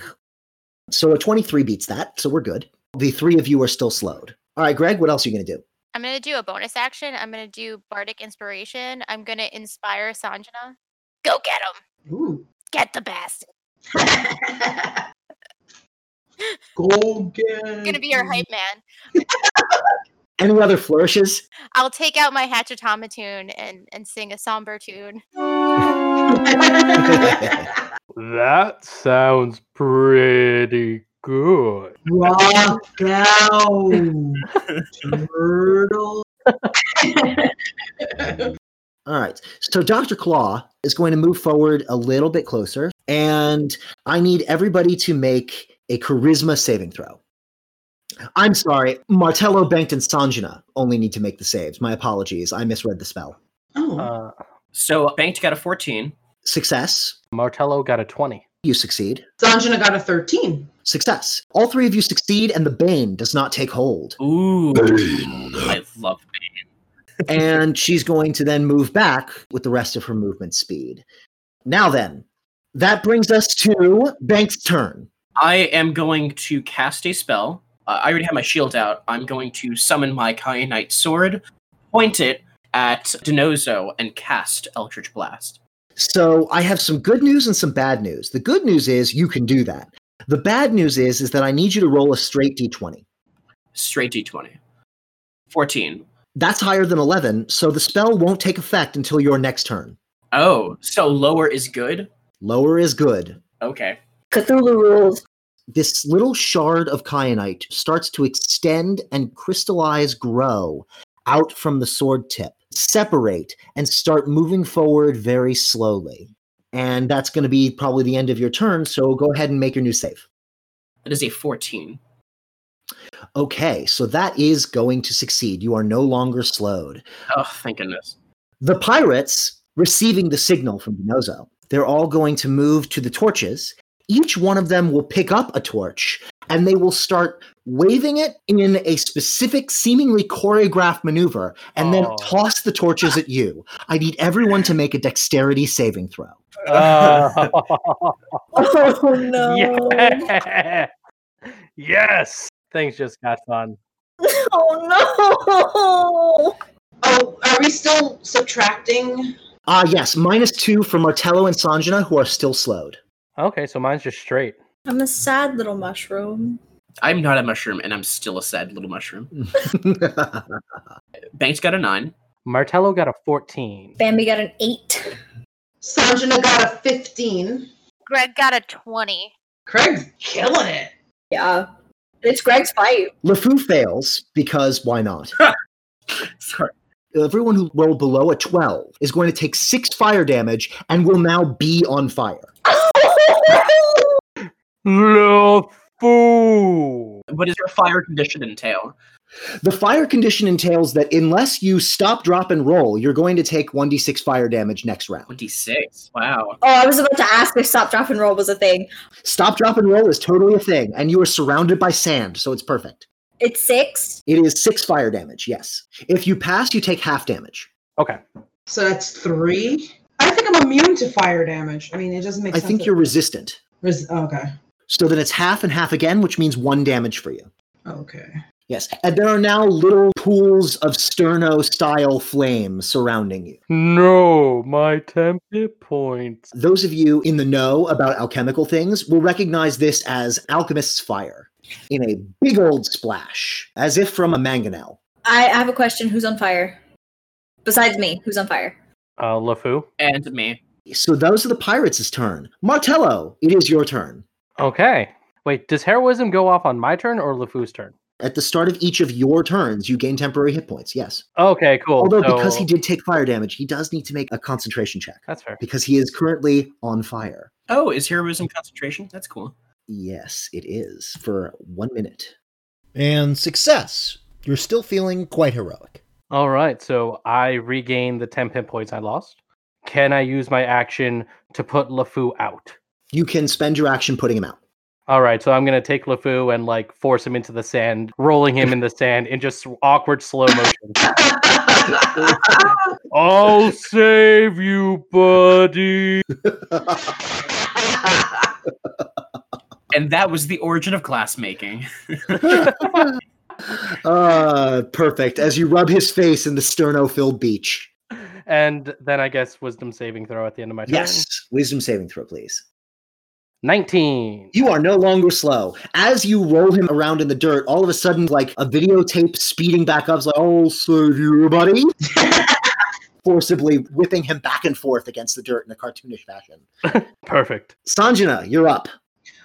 Speaker 1: So a 23 beats that, so we're good. The three of you are still slowed. All right, Greg, what else are you going to do?
Speaker 2: I'm going to do a bonus action. I'm going to do bardic inspiration. I'm going to inspire Sanjana. Go get him.
Speaker 11: Ooh.
Speaker 2: Get the bastard.
Speaker 11: Go
Speaker 2: I'm
Speaker 11: get.
Speaker 2: gonna be your hype
Speaker 3: Mm-hmm.
Speaker 2: man.
Speaker 1: Any other flourishes?
Speaker 2: I'll take out my hatchatomatune and and sing a somber tune.
Speaker 5: That sounds pretty good.
Speaker 11: Walk down, turtle.
Speaker 1: All right. So Dr. Claw is going to move forward a little bit closer, and I need everybody to make a charisma saving throw. I'm sorry, Martello, Bengt, and Sanjana only need to make the saves. My apologies. I misread the spell.
Speaker 11: Oh.
Speaker 5: Uh,
Speaker 4: So Banked got a 14.
Speaker 1: Success.
Speaker 5: Martello got a 20.
Speaker 1: You succeed.
Speaker 11: Sanjana got a 13.
Speaker 1: Success. All three of you succeed, and the Bane does not take hold.
Speaker 4: Ooh.
Speaker 10: Bane.
Speaker 4: I love
Speaker 1: and she's going to then move back with the rest of her movement speed. Now then, that brings us to Bank's turn.
Speaker 4: I am going to cast a spell. Uh, I already have my shield out. I'm going to summon my Kyanite sword, point it at Denozo, and cast Eldritch Blast.
Speaker 1: So I have some good news and some bad news. The good news is you can do that. The bad news is is that I need you to roll a straight d20.
Speaker 4: Straight d20. 14.
Speaker 1: That's higher than 11, so the spell won't take effect until your next turn.
Speaker 4: Oh, so lower is good?
Speaker 1: Lower is good.
Speaker 4: Okay.
Speaker 3: Cthulhu rules.
Speaker 1: This little shard of kyanite starts to extend and crystallize, grow out from the sword tip, separate, and start moving forward very slowly. And that's going to be probably the end of your turn. So go ahead and make your new save.
Speaker 4: That is a 14.
Speaker 1: Okay, so that is going to succeed. You are no longer slowed.
Speaker 4: Oh, thank goodness.
Speaker 1: The pirates, receiving the signal from Dinozo, they're all going to move to the torches. Each one of them will pick up a torch and they will start waving it in a specific, seemingly choreographed maneuver and then
Speaker 5: Oh.
Speaker 1: toss the torches at you. I need everyone to make a dexterity saving throw.
Speaker 5: Uh,
Speaker 3: oh no.
Speaker 5: Yeah. Yes. Things just got fun.
Speaker 11: Oh no! Oh, are we still subtracting?
Speaker 1: Ah, yes, minus two for Martello and Sanjana, who are still slowed.
Speaker 5: Okay, so mine's just straight.
Speaker 3: I'm a sad little mushroom.
Speaker 4: I'm not a mushroom, and I'm still a sad little mushroom. Banks got a nine.
Speaker 5: Martello got a 14.
Speaker 3: Bambi got an eight.
Speaker 11: Sanjana got a 15.
Speaker 2: Greg got a 20.
Speaker 11: Craig's killing it.
Speaker 3: Yeah. It's Greg's fight.
Speaker 1: LeFou fails because why not?
Speaker 4: Sorry.
Speaker 1: Everyone who rolled below a 12 is going to take six fire damage and will now be on fire.
Speaker 5: LeFou.
Speaker 4: What does your fire condition entail?
Speaker 1: The fire condition entails that unless you stop, drop, and roll, you're going to take 1d6 fire damage next round.
Speaker 4: 26. Wow.
Speaker 3: Oh, I was about to ask if stop, drop, and roll was a thing.
Speaker 1: Stop, drop, and roll is totally a thing, and you are surrounded by sand, so it's perfect.
Speaker 3: It's six.
Speaker 1: It is six fire damage, yes. If you pass, you take half damage.
Speaker 5: Okay.
Speaker 11: So that's three. I think I'm immune to fire damage. I mean, it doesn't make
Speaker 1: I
Speaker 11: sense.
Speaker 1: think
Speaker 11: that-
Speaker 1: you're resistant.
Speaker 11: Res- okay.
Speaker 1: So then it's half and half again, which means one damage for you.
Speaker 11: Okay.
Speaker 1: Yes. And there are now little pools of sterno style flame surrounding you.
Speaker 5: No, my temp hit points.
Speaker 1: Those of you in the know about alchemical things will recognize this as alchemist's fire in a big old splash, as if from a mangonel.
Speaker 3: I I have a question. Who's on fire? Besides me, who's on fire?
Speaker 5: Uh, LeFou.
Speaker 4: And me.
Speaker 1: So those are the pirates' turn. Martello, it is your turn.
Speaker 5: Okay. Wait, does heroism go off on my turn or LeFou's turn?
Speaker 1: At the start of each of your turns, you gain temporary hit points, yes.
Speaker 5: Okay, cool.
Speaker 1: Although, because he
Speaker 5: so-
Speaker 1: did take fire damage, he does need to make a concentration check
Speaker 5: That's fair.
Speaker 1: because he is currently on fire.
Speaker 4: Oh, is heroism concentration? That's cool.
Speaker 1: Yes, it is for one minute.
Speaker 10: And success. You're still feeling quite heroic.
Speaker 5: All right, so I regain the 10 hit points I lost. Can I use my action to put LeFou out?
Speaker 1: You can spend your action putting him out.
Speaker 5: All right, so I'm going to take LeFou and like force him into the sand, rolling him in the sand in just awkward slow motion. I'll save you, buddy.
Speaker 4: And that was the origin of glass making.
Speaker 1: Uh, perfect. As you rub his face in the sterno filled beach.
Speaker 5: And then I guess wisdom saving throw at the end of my turn.
Speaker 1: Yes. Wisdom saving throw, please.
Speaker 5: 19.
Speaker 1: You are no longer slow. As you roll him around in the dirt, all of a sudden, like a videotape speeding back up, it's like, I'll save you, buddy. Forcibly whipping him back and forth against the dirt in a cartoonish fashion.
Speaker 5: Perfect.
Speaker 1: Sanjana, you're up.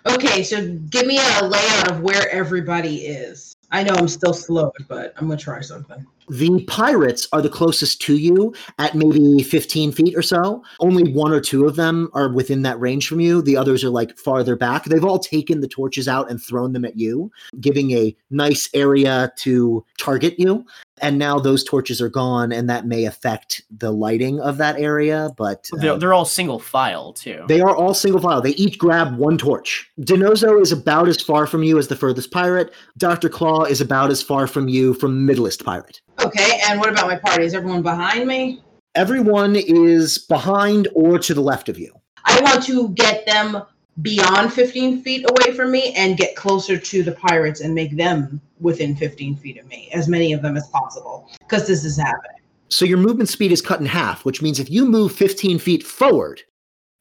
Speaker 11: Okay, so give me a layout of where everybody is. I know I'm still slowed, but I'm going to try something.
Speaker 1: The pirates are the closest to you at maybe 15 feet or so. Only one or two of them are within that range from you. The others are like farther back. They've all taken the torches out and thrown them at you, giving a nice area to target you. And now those torches are gone, and that may affect the lighting of that area, but uh,
Speaker 4: They're, they're all single file, too.
Speaker 1: they are all single file. They each grab one torch. Dinozo is about as far from you as the furthest pirate. Dr. Claw is about as far from you from middlest pirate.
Speaker 11: Okay, and what about my party? Is everyone behind me?
Speaker 1: Everyone is behind or to the left of you.
Speaker 11: I want to get them beyond 15 feet away from me and get closer to the pirates and make them within 15 feet of me, as many of them as possible, because this is happening.
Speaker 1: So your movement speed is cut in half, which means if you move 15 feet forward,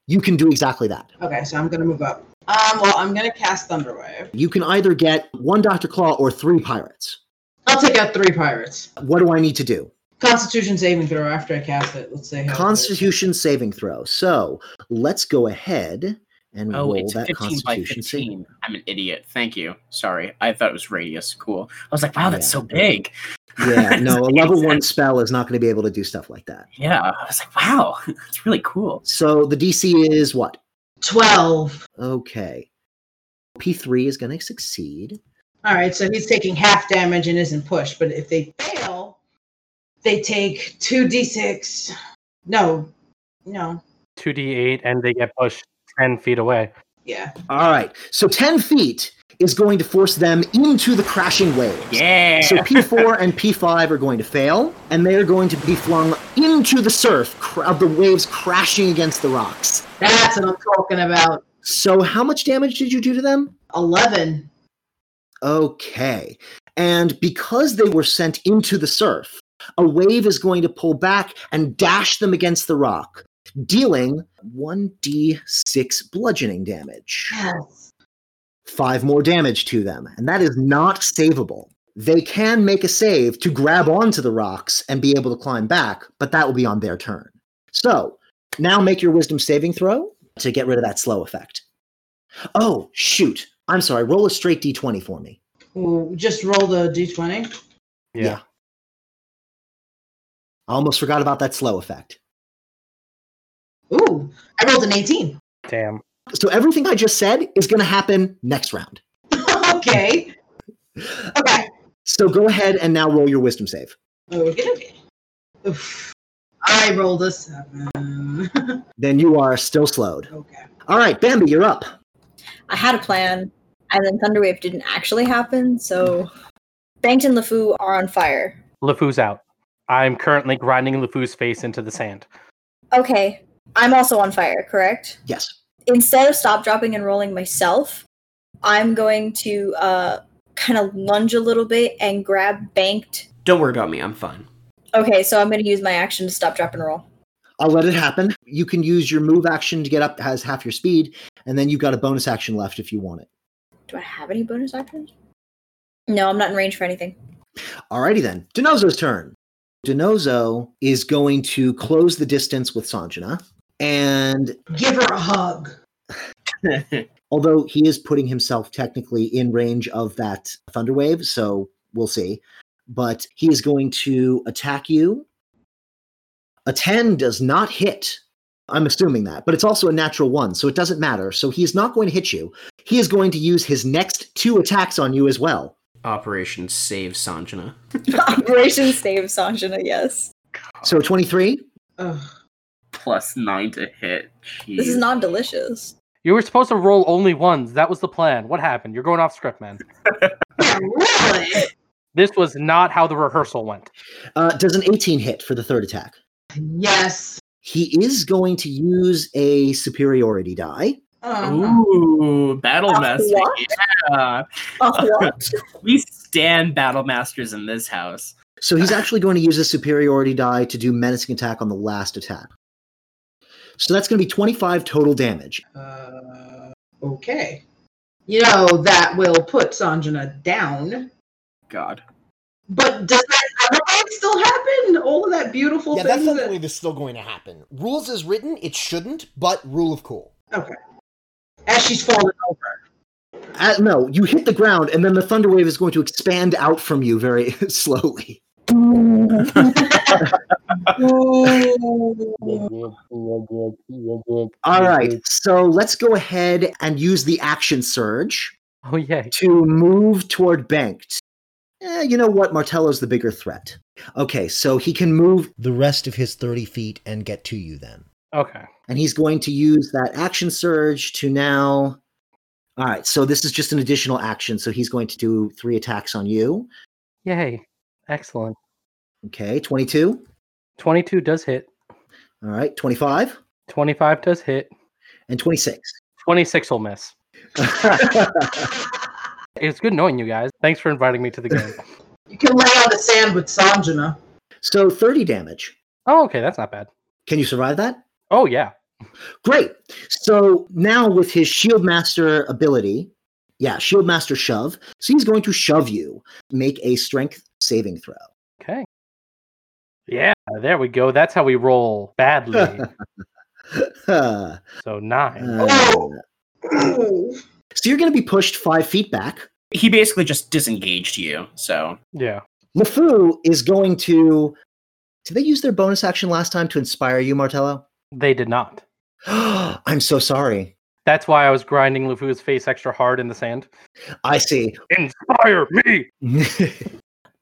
Speaker 1: you can do exactly that.
Speaker 11: Okay, so I'm going to move up. Um, well, I'm going to cast Thunderwave.
Speaker 1: You can either get one Dr. Claw or three pirates.
Speaker 11: I'll take out three pirates.
Speaker 1: What do I need to do?
Speaker 11: Constitution saving throw after I cast it. Let's say. how it is.
Speaker 1: Constitution saving throw. So let's go ahead and
Speaker 4: Oh,
Speaker 1: roll
Speaker 4: it's
Speaker 1: that
Speaker 4: 15 by
Speaker 1: Constitution saving.
Speaker 4: 15. I'm an idiot. Thank you. Sorry. I thought it was radius. Cool. I was like, wow, that's so big.
Speaker 1: Yeah, no, a level one spell is not going to be able to do stuff like that.
Speaker 4: Yeah, I was like, wow, that's really cool.
Speaker 1: So the DC is what?
Speaker 11: 12.
Speaker 1: Okay. P3 is going to succeed.
Speaker 11: All right, so he's taking half damage and isn't pushed, but if they fail, they take 2d6. No, no.
Speaker 5: 2d8 and they get pushed 10 feet away.
Speaker 11: Yeah.
Speaker 1: All right. So 10 feet is going to force them into the crashing waves.
Speaker 4: Yeah.
Speaker 1: So P4 and P5 are going to fail, and they are going to be flung into the surf cr- of the waves crashing against the rocks.
Speaker 11: That's what I'm talking about.
Speaker 1: So, how much damage did you do to them?
Speaker 11: 11.
Speaker 1: Okay. And because they were sent into the surf, a wave is going to pull back and dash them against the rock, dealing 1d6 bludgeoning damage.
Speaker 11: Yes.
Speaker 1: Five more damage to them, and that is not savable. They can make a save to grab onto the rocks and be able to climb back, but that will be on their turn. So now make your wisdom saving throw to get rid of that slow effect. Oh, shoot. I'm sorry. Roll a straight d20 for me.
Speaker 11: Ooh, just roll the d20.
Speaker 5: Yeah.
Speaker 1: I almost forgot about that slow effect.
Speaker 11: Ooh, I rolled an 18.
Speaker 5: Damn.
Speaker 1: So everything I just said is going to happen next round.
Speaker 11: okay. Okay.
Speaker 1: So go ahead and now roll your wisdom save.
Speaker 11: Okay, okay. Oof. I rolled a 7.
Speaker 1: Then you are still slowed.
Speaker 11: Okay.
Speaker 1: All right, Bambi, you're up.
Speaker 3: I had a plan, and then Thunderwave didn't actually happen, so Banked and LeFou are on fire.
Speaker 5: LeFou's out. I'm currently grinding LeFou's face into the sand.
Speaker 3: Okay, I'm also on fire, correct?
Speaker 1: Yes.
Speaker 3: Instead of stop dropping and rolling myself, I'm going to uh, kind of lunge a little bit and grab Banked.
Speaker 4: Don't worry about me. I'm fine.
Speaker 3: Okay, so I'm going to use my action to stop, drop, and roll.
Speaker 1: I'll let it happen. You can use your move action to get up as half your speed, and then you've got a bonus action left if you want it.
Speaker 3: Do I have any bonus actions? No, I'm not in range for anything.
Speaker 1: Alrighty then, Denozo's turn. Denozo is going to close the distance with Sanjana, and
Speaker 11: Give her a hug.
Speaker 1: although he is putting himself technically in range of that thunder wave, so we'll see. But he is going to attack you. A 10 does not hit. I'm assuming that, but it's also a natural one, so it doesn't matter. So he is not going to hit you. He is going to use his next two attacks on you as well.
Speaker 4: Operation Save Sanjana.
Speaker 3: Operation Save Sanjana, yes.
Speaker 1: So 23,
Speaker 11: Ugh.
Speaker 4: Plus nine to hit. Jeez.
Speaker 3: This is not delicious.
Speaker 5: You were supposed to roll only ones. That was the plan. What happened? You're going off script, man.
Speaker 11: Really?
Speaker 5: This was not how the rehearsal went.
Speaker 1: uh, does an 18 hit for the third attack.
Speaker 11: Yes.
Speaker 1: He is going to use a superiority die.
Speaker 11: Uh,
Speaker 4: Ooh, Battle
Speaker 3: A
Speaker 4: Master.
Speaker 3: what?
Speaker 4: Yeah.
Speaker 3: A what?
Speaker 4: we stand Battle Masters in this house.
Speaker 1: So he's actually going to use a superiority die to do menacing attack on the last attack. So that's going to be 25 total damage.
Speaker 11: uh, okay. You know, that will put Sanjana down.
Speaker 4: God.
Speaker 11: But does that other wave still happen? All of that beautiful
Speaker 1: Yeah,
Speaker 11: thing?
Speaker 1: that's
Speaker 11: that-
Speaker 1: something
Speaker 11: okay.
Speaker 1: we-
Speaker 11: And
Speaker 1: Wave
Speaker 13: is still going to happen. Rules is written, it shouldn't, but rule of cool.
Speaker 11: As she's falling over.
Speaker 1: Uh, no, you hit the ground, and then the thunder wave is going to expand out from you very slowly. All
Speaker 13: Mhm.
Speaker 1: right, so let's go ahead and use the action surge
Speaker 5: Oh yay.
Speaker 1: to move toward Banked. Eh, you know what? Martello's the bigger threat. Okay, so he can move,
Speaker 13: The rest of his 30 feet and get to you then.
Speaker 5: Okay.
Speaker 1: and he's going to use that action surge to now. All right, so this is just an additional action, so he's going to do three attacks on you.
Speaker 5: Yay. Excellent.
Speaker 1: Okay, 22.
Speaker 5: 22 does hit.
Speaker 1: All right, 25
Speaker 5: 25 does hit.
Speaker 1: and 26.
Speaker 5: 26 will miss. It's good knowing you guys. Thanks for inviting me to the game.
Speaker 11: You can lay on the sand with Sanjana.
Speaker 1: so 30 damage.
Speaker 5: oh, okay. That's not bad.
Speaker 1: Can you survive that?
Speaker 5: Oh, yeah.
Speaker 1: Great. So now with his Shield Master ability, yeah, Shield Master shove. So he's going to shove you. Make a strength saving throw.
Speaker 5: Okay. Yeah. There we go. That's how we roll badly.
Speaker 1: Uh,
Speaker 5: so nine.
Speaker 1: so
Speaker 11: Ooh.
Speaker 1: you're going to be pushed five feet back.
Speaker 4: He basically just disengaged you, so
Speaker 5: Yeah.
Speaker 1: LeFou is going to. Did they use their bonus action last time to inspire you, Martello?
Speaker 5: They did not.
Speaker 1: I'm so sorry.
Speaker 5: That's why I was grinding LeFou's face extra hard in the sand.
Speaker 1: I see.
Speaker 5: Inspire me.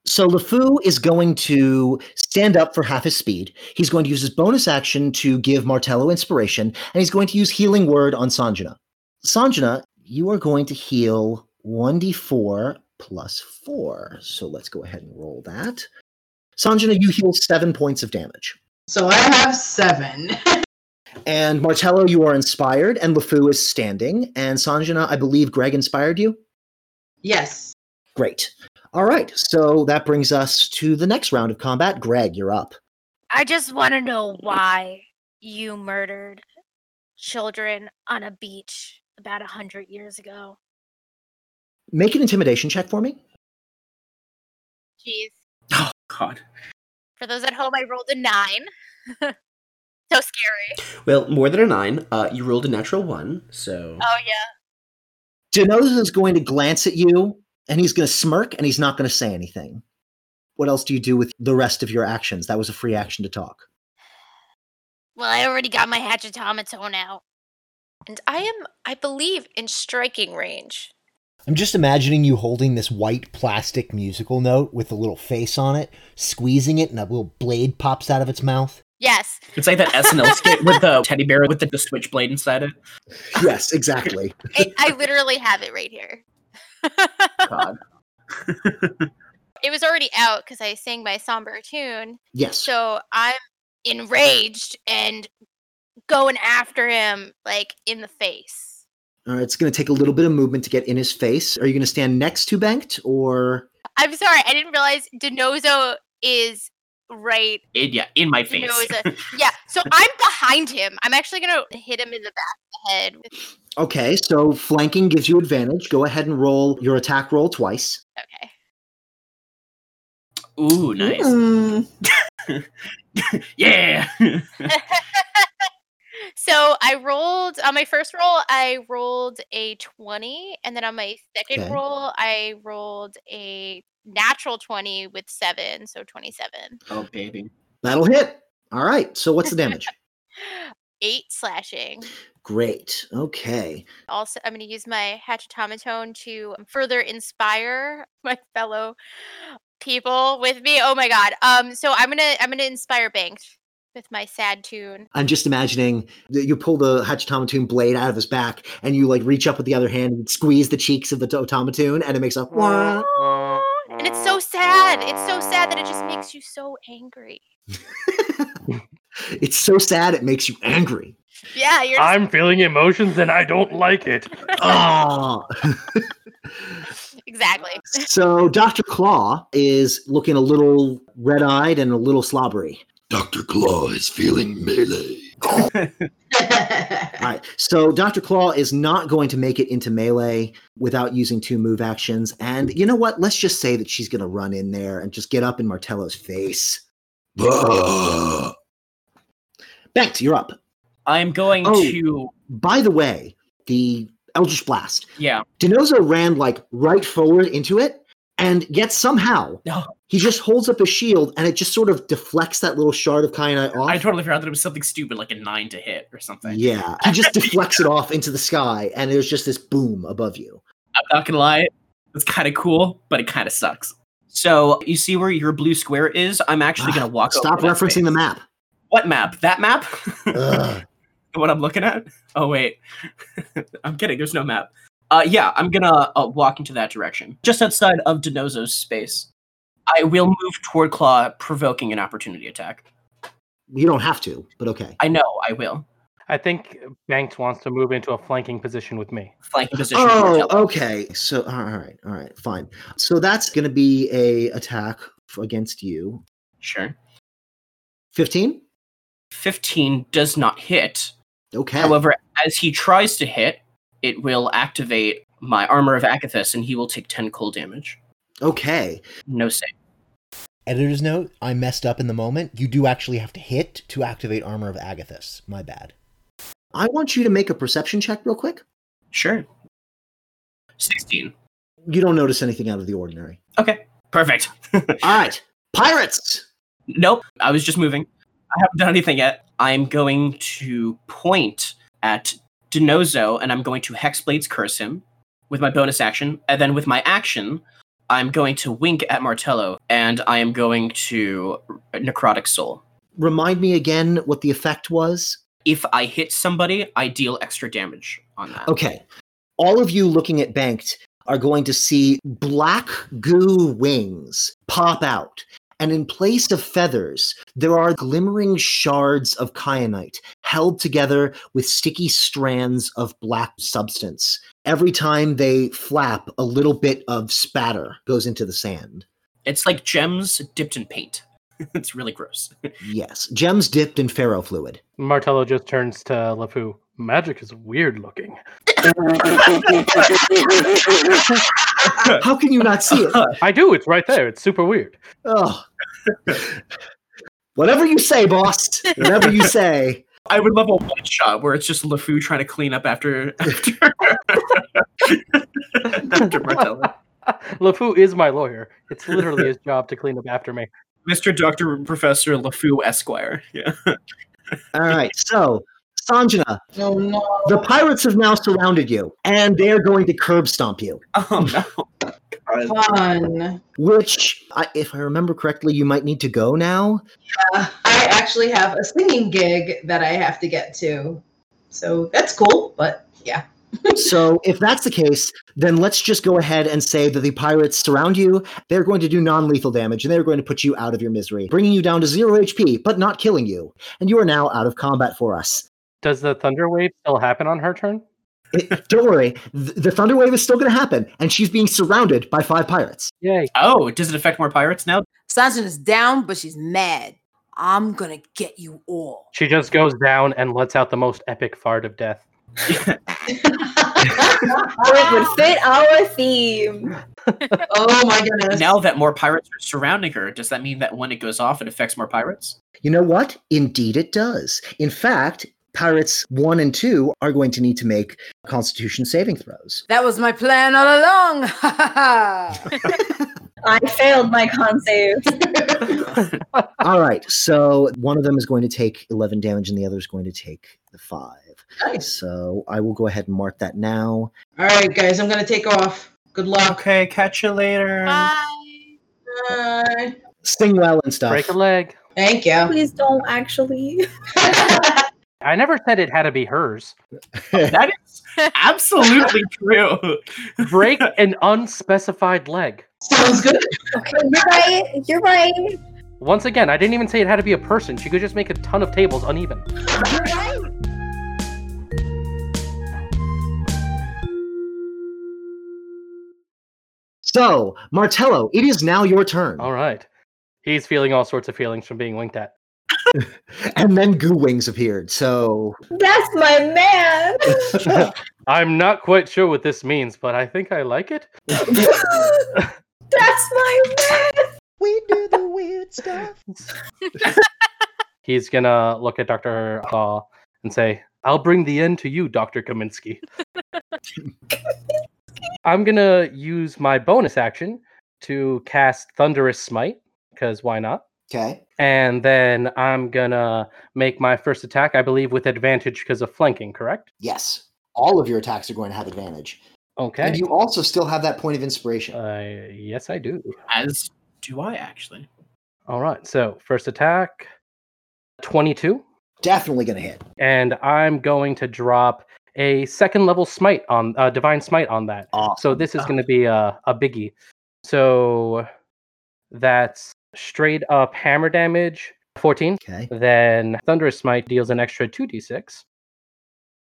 Speaker 1: So LeFou is going to stand up for half his speed. He's going to use his bonus action to give Martello inspiration, and he's going to use Healing Word on Sanjana. Sanjana, you are going to heal 1d4 plus 4. So let's go ahead and roll that. Sanjana, you heal 7 points of damage.
Speaker 11: So I have seven.
Speaker 1: And Martello, you are inspired, and LeFou is standing. And Sanjana, I believe Greg inspired you?
Speaker 11: yes.
Speaker 1: Great. All right. So that brings us to the next round of combat. Greg, you're up.
Speaker 14: I just want to know why you murdered children on a beach about a hundred years ago.
Speaker 1: Make an intimidation check for me.
Speaker 2: Jeez.
Speaker 4: Oh, God.
Speaker 2: For those at home, I rolled a nine. so scary.
Speaker 15: Well, more than a nine. Uh, you rolled a natural one, so
Speaker 2: Oh yeah.
Speaker 1: Denosa is going to glance at you and he's going to smirk and he's not going to say anything. What else do you do with the rest of your actions? That was a free action to talk.
Speaker 14: Well, I already got my hatchetomatone out.
Speaker 2: And I am, I believe, in striking range.
Speaker 16: I'm just imagining you holding this white plastic musical note with a little face on it, squeezing it, and a little blade pops out of its mouth.
Speaker 2: Yes.
Speaker 4: It's like that SNL skit with the teddy bear with the, the switchblade inside it.
Speaker 1: Yes, exactly.
Speaker 2: I, I literally have it right here.
Speaker 4: God.
Speaker 2: It was already out because I sang my somber tune.
Speaker 1: Yes.
Speaker 2: So I'm enraged and going after him like in the face.
Speaker 1: All right, it's going to take a little bit of movement to get in his face. Are you going to stand next to Banked or
Speaker 2: I'm sorry, I didn't realize Denozo is right.
Speaker 4: It, yeah, in my face.
Speaker 2: Denozo. yeah. So I'm behind him. I'm actually gonna hit him in the back of the head.
Speaker 1: Okay, so flanking gives you advantage. Go ahead and roll your attack roll twice.
Speaker 2: Okay.
Speaker 4: Ooh, nice.
Speaker 3: Hmm.
Speaker 4: yeah.
Speaker 2: So I rolled on my first roll, I rolled a 20, and then on my second
Speaker 1: Okay.
Speaker 2: roll, I rolled a natural 20 with 7, so 27.
Speaker 4: Oh, baby.
Speaker 1: That'll hit. All right, so what's the damage?
Speaker 2: 8 slashing.
Speaker 1: Great. Okay.
Speaker 2: Also, I'm going to use my hatchetomatone to um, further inspire my fellow people with me. Oh my god. Um so I'm going to I'm going to inspire Banked with my sad tune.
Speaker 1: I'm just imagining that you pull the Hatchetomatune blade out of his back and you like reach up with the other hand and squeeze the cheeks of the Automatoon and it makes a wah.
Speaker 2: And it's so sad. It's so sad that it just makes you so angry.
Speaker 1: It's so sad it makes you angry.
Speaker 2: Yeah, you're just-
Speaker 5: I'm feeling emotions and I don't like it.
Speaker 1: Ah.
Speaker 2: exactly.
Speaker 1: so Dr. Claw is looking a little red eyed and a little slobbery.
Speaker 10: Dr. Claw is feeling melee.
Speaker 1: All right. So Dr. Claw is not going to make it into melee without using two move actions. And you know what? Let's just say that she's going to run in there and just get up in Martello's face.
Speaker 10: Bah.
Speaker 1: Banked, you're up.
Speaker 4: I'm going
Speaker 1: Oh,
Speaker 4: to.
Speaker 1: By the way, the Eldritch Blast.
Speaker 4: Yeah.
Speaker 1: Denozo ran like right forward into it, and yet somehow he just holds up his shield and it just sort of deflects that little shard of Kyanite off.
Speaker 4: I totally forgot that it was something stupid, like a nine to hit or something.
Speaker 1: yeah, he just deflects it off into the sky, and there's just this boom above you.
Speaker 4: I'm not gonna lie, it's kind of cool, but it kind of sucks. So you see where your blue square is? I'm actually gonna walk.
Speaker 1: Ah, Stop
Speaker 4: over that space.
Speaker 1: referencing the map.
Speaker 4: What map? That map?
Speaker 1: Ugh.
Speaker 4: what I'm looking at? Oh wait, I'm kidding. There's no map. Uh, yeah, I'm gonna uh, walk into that direction, just outside of Denozo's space. I will move toward Claw, provoking an opportunity attack.
Speaker 1: You don't have to, but okay.
Speaker 4: I know I will.
Speaker 5: I think Banks wants to move into a flanking position with me.
Speaker 4: Flanking position.
Speaker 1: Oh, okay. So all right, all right, fine. So that's going to be a attack f- against you.
Speaker 4: Sure.
Speaker 1: Fifteen.
Speaker 4: 15 does not hit.
Speaker 1: Okay.
Speaker 4: However, as he tries to hit, it will activate my armor of Akathis, and he will take 10 cold damage.
Speaker 1: Okay.
Speaker 4: No save.
Speaker 16: Editor's note: I messed up in the moment. You do actually have to hit to activate armor of Agathis. My bad.
Speaker 1: I want you to make a perception check real quick.
Speaker 4: Sure. 16.
Speaker 1: You don't notice anything out of the ordinary.
Speaker 4: Okay. Perfect.
Speaker 1: All right, pirates.
Speaker 4: Nope, I was just moving. I haven't done anything yet. I'm going to point at Denozo and I'm going to Hexblades curse him with my bonus action. And then with my action, I'm going to wink at Martello and I am going to Necrotic Soul.
Speaker 1: Remind me again what the effect was.
Speaker 4: If I hit somebody, I deal extra damage on that.
Speaker 1: Okay. All of you looking at Banked are going to see black goo wings pop out. And in place of feathers, there are glimmering shards of kyanite held together with sticky strands of black substance. Every time they flap, a little bit of spatter goes into the sand.
Speaker 4: It's like gems dipped in paint. it's really gross.
Speaker 1: Yes, gems dipped in ferro fluid.
Speaker 5: Martello just turns to LeFou. Magic is weird looking.
Speaker 1: How can you not see it?
Speaker 5: I do. It's right there. It's super weird.
Speaker 1: Oh. Whatever you say, boss. Whatever you say.
Speaker 4: I would love a one shot where it's just LeFou trying to clean up after after, after Martello.
Speaker 5: LeFou is my lawyer. It's literally his job to clean up after me.
Speaker 4: Mr. Dr. Professor LeFou Esquire. Yeah.
Speaker 1: All right. So, Sanjana,
Speaker 11: Oh no.
Speaker 1: the pirates have now surrounded you, and they're going to curb stomp you.
Speaker 4: Oh no.
Speaker 11: Fun.
Speaker 1: Which, I, if I remember correctly, you might need to go now.
Speaker 11: Uh, I actually have a singing gig that I have to get to. So that's cool, but yeah.
Speaker 1: so if that's the case, then let's just go ahead and say that the pirates surround you. They're going to do non-lethal damage, and they're going to put you out of your misery, bringing you down to zero HP, but not killing you. And you are now out of combat for us.
Speaker 5: Does the thunder wave still happen on her turn?
Speaker 1: It- don't worry, th- the thunder wave is still going to happen, and she's being surrounded by five pirates.
Speaker 5: Yay.
Speaker 4: Oh, does it affect more pirates now?
Speaker 6: Sanjin is down, but she's mad. I'm gonna get you all.
Speaker 5: She just goes down and lets out the most epic fart of death.
Speaker 3: Oh, it would fit our theme.
Speaker 11: oh my goodness.
Speaker 4: Now that more pirates are surrounding her, does that mean that when it goes off, it affects more pirates?
Speaker 1: You know what? Indeed, it does. In fact, pirates one and two are going to need to make Constitution saving throws.
Speaker 6: That was my plan all along.
Speaker 3: I failed my con save.
Speaker 1: All right. So one of them is going to take 11 damage and the other is going to take the five.
Speaker 11: Nice.
Speaker 1: So I will go ahead and mark that now.
Speaker 11: All right, guys, I'm going to take off. Good luck.
Speaker 4: Okay, catch you later.
Speaker 11: Bye.
Speaker 1: Sing well and stuff.
Speaker 5: Break a leg.
Speaker 11: Thank you.
Speaker 3: Please don't actually.
Speaker 5: I never said it had to be hers.
Speaker 4: that is absolutely true.
Speaker 5: Break an unspecified leg.
Speaker 11: Sounds good.
Speaker 3: Okay, you're right. You're right.
Speaker 5: Once again, I didn't even say it had to be a person. She could just make a ton of tables uneven.
Speaker 3: You're right.
Speaker 1: So, Martello, it is now your turn.
Speaker 5: All right. He's feeling all sorts of feelings from being winked at.
Speaker 1: And then Goo Wings appeared. So,
Speaker 3: That's my man.
Speaker 5: I'm not quite sure what this means, but I think I like it.
Speaker 3: That's my man.
Speaker 1: We do the weird stuff.
Speaker 5: He's gonna look at Dr. Claw and say, I'll bring the end to you, Dr. Kaminsky. I'm gonna use my bonus action to cast Thunderous Smite, because why not?
Speaker 1: okay.
Speaker 5: And then I'm gonna make my first attack, I believe, with advantage because of flanking, correct?
Speaker 1: Yes. All of your attacks are going to have advantage.
Speaker 5: Okay.
Speaker 1: And you also still have that point of inspiration.
Speaker 5: Uh, yes, I do.
Speaker 4: As do I actually.
Speaker 5: All right, so first attack 22.
Speaker 1: Definitely going to hit.
Speaker 5: and I'm going to drop a second level smite on uh, divine smite on that. So this is going to be a, a biggie. So that's straight up hammer damage 14.
Speaker 1: Okay.
Speaker 5: Then thunderous smite deals an extra 2d6.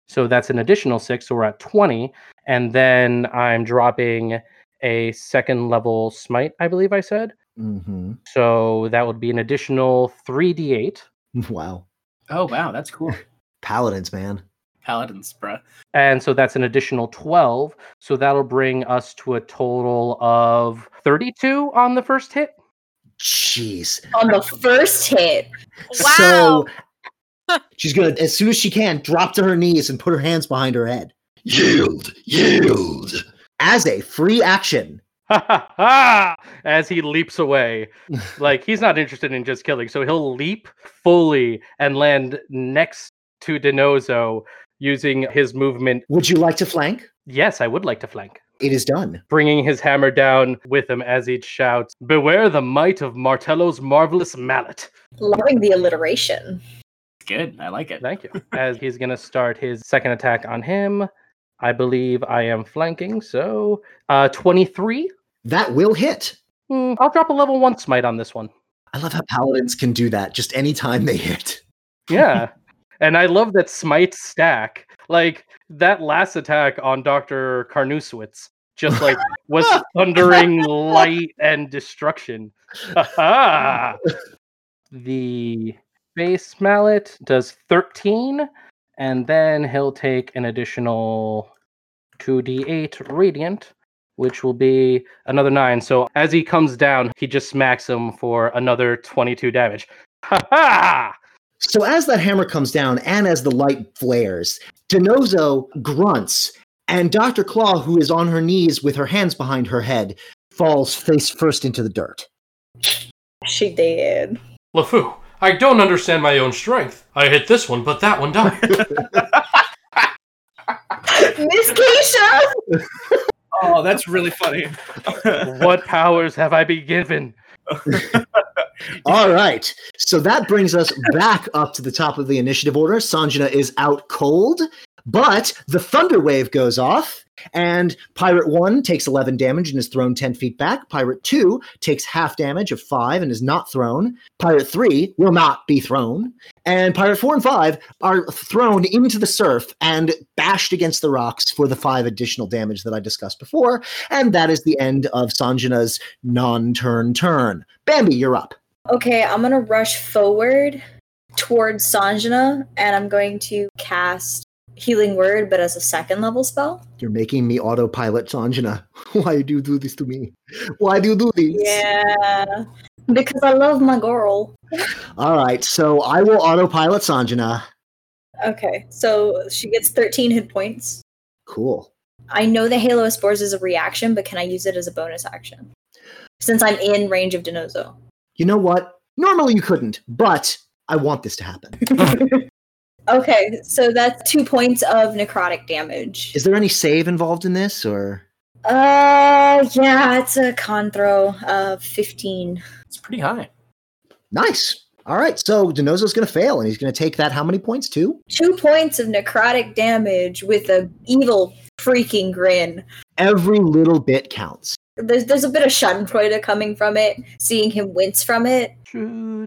Speaker 5: So that's an additional 6, so we're at 20 and then I'm dropping a second level smite, I believe I said.
Speaker 1: hmm
Speaker 5: So that would be an additional 3d8
Speaker 1: Wow.
Speaker 4: Oh wow, that's cool.
Speaker 1: Paladins, man.
Speaker 4: Paladins, bruh.
Speaker 5: And so that's an additional 12. So that'll bring us to a total of 32 on the first hit.
Speaker 1: Jeez.
Speaker 3: On the first hit.
Speaker 1: So she's going to, as soon as she can, drop to her knees and put her hands behind her head.
Speaker 10: Yield! Yield!
Speaker 1: As a free action,
Speaker 5: as he leaps away. like he's not interested in just killing, so he'll leap fully and land next to Denozo using his movement.
Speaker 1: Would you like to flank?
Speaker 5: Yes, I would like to flank.
Speaker 1: It is done.
Speaker 5: Bringing his hammer down with him as he shouts, "Beware the might of Martello's marvelous mallet."
Speaker 3: Loving the alliteration.
Speaker 4: Good, I like it.
Speaker 5: Thank you. as he's going to start his second attack on him, I believe I am flanking, so uh, 23.
Speaker 1: That will hit.
Speaker 5: Mm, I'll drop a level one smite on this one.
Speaker 1: I love how paladins can do that just anytime they hit.
Speaker 5: Yeah. and I love that smite stack. Like that last attack on Dr. Karnuswitz just like was thundering light and destruction. the base mallet does 13 and then he'll take an additional 2d8 radiant which will be another 9 so as he comes down he just smacks him for another 22 damage ha ha
Speaker 1: so as that hammer comes down and as the light flares denozo grunts and dr claw who is on her knees with her hands behind her head falls face first into the dirt
Speaker 3: she did
Speaker 17: LeFou, I don't understand my own strength. I hit this one, but that one died.
Speaker 3: Miss Keisha!
Speaker 4: Oh, that's really funny.
Speaker 5: what powers have I been given?
Speaker 1: All right. So that brings us back up to the top of the initiative order. Sanjana is out cold, but the thunder wave goes off, and Pirate 1 takes 11 damage and is thrown 10 feet back. Pirate 2 takes half damage of 5 and is not thrown. Pirate 3 will not be thrown. And Pirate 4 and 5 are thrown into the surf and bashed against the rocks for the 5 additional damage that I discussed before. And that is the end of Sanjana's non turn turn. Bambi, you're up.
Speaker 3: Okay, I'm gonna rush forward towards Sanjana and I'm going to cast Healing Word, but as a second level spell.
Speaker 1: You're making me autopilot, Sanjana. Why do you do this to me? Why do you do this?
Speaker 3: Yeah, because I love my girl.
Speaker 1: All right, so I will autopilot Sanjana.
Speaker 3: Okay, so she gets 13 hit points.
Speaker 1: Cool.
Speaker 3: I know the Halo of Spores is a reaction, but can I use it as a bonus action? Since I'm in range of Denozo.
Speaker 1: You know what? Normally you couldn't, but I want this to happen.
Speaker 3: Okay, so that's two points of necrotic damage.
Speaker 1: is there any save involved in this or
Speaker 3: Uh, yeah, it's a con throw of 15.
Speaker 4: It's pretty high.
Speaker 1: Nice. All right, so Denozo's going to fail and he's going to take that how many points? Two?
Speaker 3: Two points of necrotic damage with a evil freaking grin.
Speaker 1: Every little bit counts.
Speaker 3: There's, there's a bit of schadenfreude coming from it, seeing him wince from it.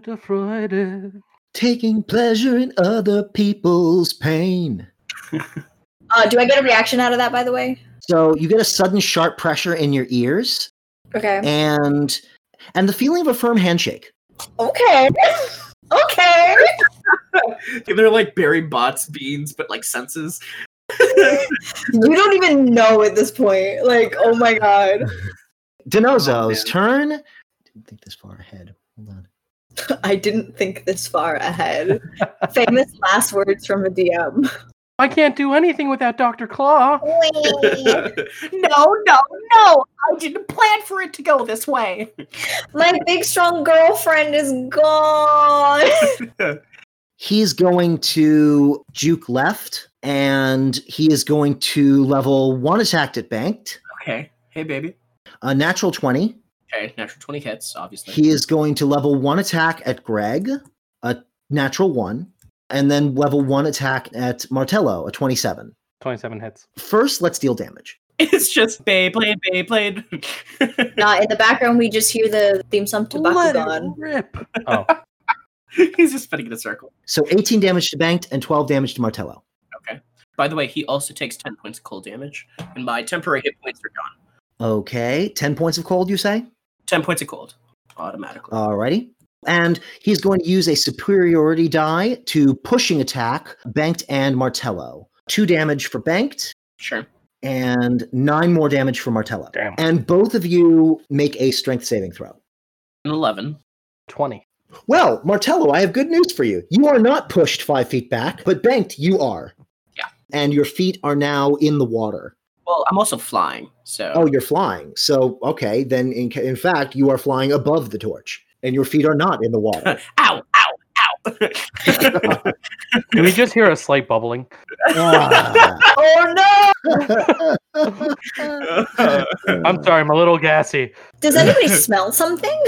Speaker 5: Schadenfreude.
Speaker 1: Taking pleasure in other people's pain.
Speaker 3: Uh, do I get a reaction out of that, by the way?
Speaker 1: So you get a sudden sharp pressure in your ears
Speaker 3: Okay.
Speaker 1: and and the feeling of a firm handshake.
Speaker 3: okay. okay.
Speaker 4: They're like Barry Bots beans, but like senses.
Speaker 3: You don't even know at this point. Like, oh my god.
Speaker 1: Denozo's turn. Didn't think this far ahead. Hold on.
Speaker 3: I didn't think this far ahead. Famous last words from a DM.
Speaker 5: I can't do anything without Dr. Claw.
Speaker 18: No, no, no! I didn't plan for it to go this way.
Speaker 3: My big strong girlfriend is gone.
Speaker 1: He's going to juke left, and he is going to level one attacked at banked,
Speaker 4: Okay. Hey, baby.
Speaker 1: a natural 20.
Speaker 4: Okay, natural 20 hits, obviously.
Speaker 1: He is going to level one attack at Greg, a natural one, and then level one attack at Martello, a 27.
Speaker 5: 27 hits.
Speaker 1: First, let's deal damage.
Speaker 4: It's just Beyblade, Beyblade.
Speaker 3: Not in the background, we just hear the theme song to
Speaker 4: Let it
Speaker 3: Bakugan.
Speaker 5: Rip. Oh,
Speaker 4: He's just spinning in a circle.
Speaker 1: So 18 damage to banked and 12 damage to Martello.
Speaker 4: Okay. By the way, he also takes 10 points of cold damage, and my temporary hit points are gone.
Speaker 1: Okay, 10 points of cold, you say?
Speaker 4: 10 points of cold, automatically.
Speaker 5: Oh.
Speaker 1: Alrighty. And he's going to use a superiority die to pushing attack Banked and Martello. Two damage for Banked
Speaker 4: Sure.
Speaker 1: and nine more damage for Martello. And both of you make a strength saving throw.
Speaker 4: An 11.
Speaker 5: 20.
Speaker 1: Well, Martello, I have good news for you. You are not pushed five feet back, but Banked, you are.
Speaker 4: Yeah.
Speaker 1: And your feet are now in the water.
Speaker 4: Well, I'm also flying, so
Speaker 1: Oh, you're flying. So, okay, then in, ca- in fact, you are flying above the torch and your feet are not in the water.
Speaker 4: ow, ow, ow.
Speaker 5: Do we just hear a slight bubbling?
Speaker 18: oh
Speaker 1: no!
Speaker 5: I'm sorry, I'm a little gassy.
Speaker 3: Does anybody smell something?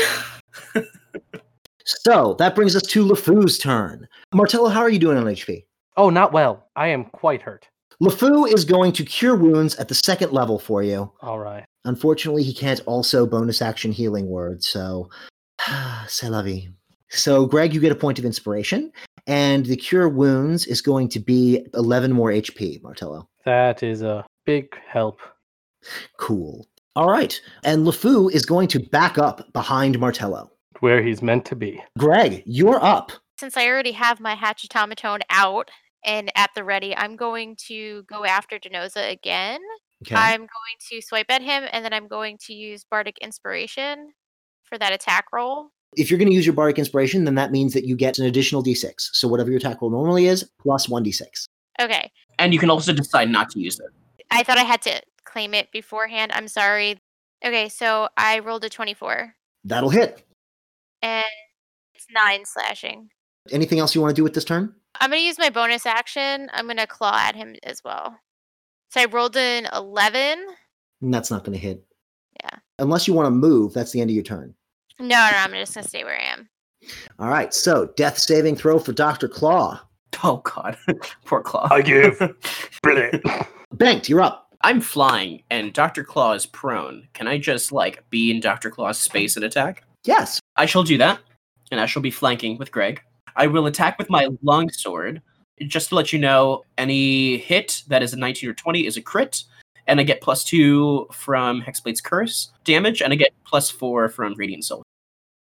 Speaker 1: so, that brings us to LeFou's turn. Martello, how are you doing on HP?
Speaker 5: Oh, not well. I am quite hurt.
Speaker 1: LeFou is going to cure wounds at the second level for you.
Speaker 5: All right.
Speaker 1: Unfortunately, he can't also bonus action healing word, so c'est la vie. So, Greg, you get a point of inspiration, and the cure wounds is going to be 11 more HP, Martello.
Speaker 5: That is a big help.
Speaker 1: Cool. All right. And LeFou is going to back up behind Martello.
Speaker 5: Where he's meant to be.
Speaker 1: Greg, you're up.
Speaker 2: Since I already have my Hatchetomatone out and at the ready, I'm going to go after Denoza again.
Speaker 1: Okay.
Speaker 2: I'm going to swipe at him, and then I'm going to use Bardic Inspiration for that attack roll.
Speaker 1: If you're going to use your bardic inspiration, then that means that you get an additional d6. So whatever your attack roll normally is, plus 1d6.
Speaker 2: Okay.
Speaker 4: and you can also decide not to use it.
Speaker 2: I thought I had to claim it beforehand. I'm sorry. Okay, so I rolled a 24,
Speaker 1: That'll hit.
Speaker 2: and it's 9 slashing.
Speaker 1: Anything else you want to do with this turn?
Speaker 2: I'm going to use my bonus action. I'm going to claw at him as well. So I rolled an 11.
Speaker 1: And that's not going to hit.
Speaker 2: Yeah.
Speaker 1: Unless you want to move, that's the end of your turn.
Speaker 2: No, no, I'm just going to stay where I am.
Speaker 1: All right. So death saving throw for Dr. Claw.
Speaker 4: Oh, God. Poor Claw.
Speaker 1: I give.
Speaker 4: Brilliant.
Speaker 1: Banked, you're up.
Speaker 4: I'm flying, and Dr. Claw is prone. Can I just, like, be in Dr. Claw's space and attack?
Speaker 1: Yes.
Speaker 4: I shall do that, and I shall be flanking with Greg. I will attack with my longsword. Just to let you know, any hit that is a 19 or 20 is a crit, and I get plus 2 from Hexblade's Curse damage, and I get plus 4 from Radiant Soul.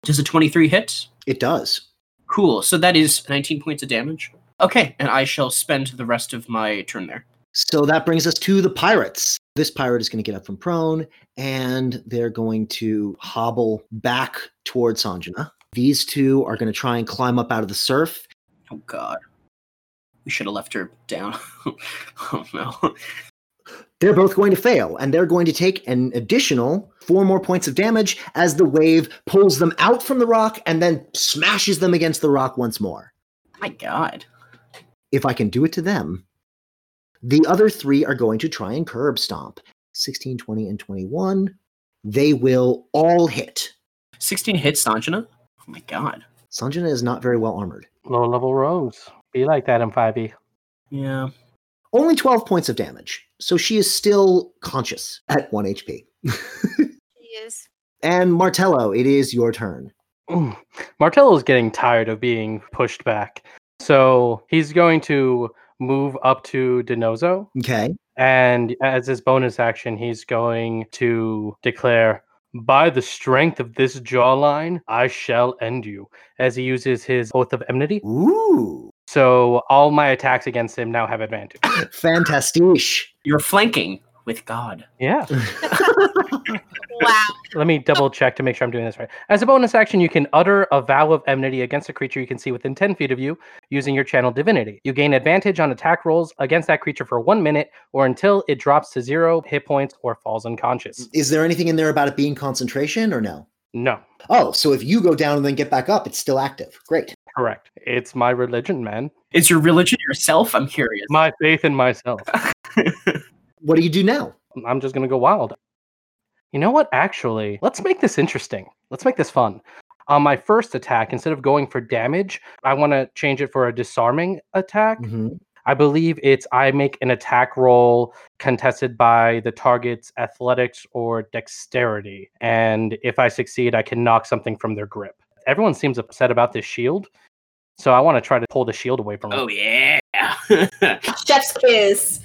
Speaker 4: Does a 23 hit?
Speaker 1: It does.
Speaker 4: Cool, so that is 19 points of damage. Okay, and I shall spend the rest of my turn there.
Speaker 1: So that brings us to the pirates. This pirate is going to get up from prone and they're going to hobble back towards Sanjana. These two are going to try and climb up out of the surf.
Speaker 4: Oh, God. We should have left her down. oh, no.
Speaker 1: They're both going to fail and they're going to take an additional four more points of damage as the wave pulls them out from the rock and then smashes them against the rock once more.
Speaker 4: My God.
Speaker 1: if I can do it to them, the other three are going to try and curb stomp. 16, 20, and 21. They will all hit.
Speaker 4: 16 hits Sanjana? Oh my god.
Speaker 1: Sanjana is not very well armored.
Speaker 5: Low level rogues. Be like that in E. 5e.
Speaker 4: Yeah.
Speaker 1: Only 12 points of damage. So she is still conscious at 1 HP.
Speaker 2: He is.
Speaker 1: And Martello, it is your turn.
Speaker 5: Ooh. Martello's getting tired of being pushed back. So he's going to move up to Denozo.
Speaker 1: Okay.
Speaker 5: And as his bonus action, he's going to declare, By the strength of this jawline, I shall end you, as he uses his oath of enmity.
Speaker 1: Ooh.
Speaker 5: So all my attacks against him now have advantage.
Speaker 1: Fantastiche.
Speaker 4: You're flanking with God.
Speaker 5: Yeah. Let me double check to make sure I'm doing this right. As a bonus action, you can utter a vow of enmity against a creature you can see within 10 feet of you using your channel divinity. You gain advantage on attack rolls against that creature for one minute or until it drops to zero hit points or falls unconscious.
Speaker 1: Is there anything in there about it being concentration or no?
Speaker 5: No,
Speaker 1: Oh, so if you go down and then get back up, it's still active. Great.
Speaker 5: correct. It's my religion, man.
Speaker 4: Is your religion yourself? I'm curious.
Speaker 5: My faith in myself.
Speaker 1: what do you do now?
Speaker 5: I'm just going to go wild. You know what? Actually, let's make this interesting. Let's make this fun. On my first attack, instead of going for damage, I want to change it for a disarming attack. I believe it's I make an attack roll contested by the target's athletics or dexterity. And if I succeed, I can knock something from their grip. Everyone seems upset about this shield. So I want to try to pull the shield away from them.
Speaker 4: Oh, yeah.
Speaker 3: Chef's kiss.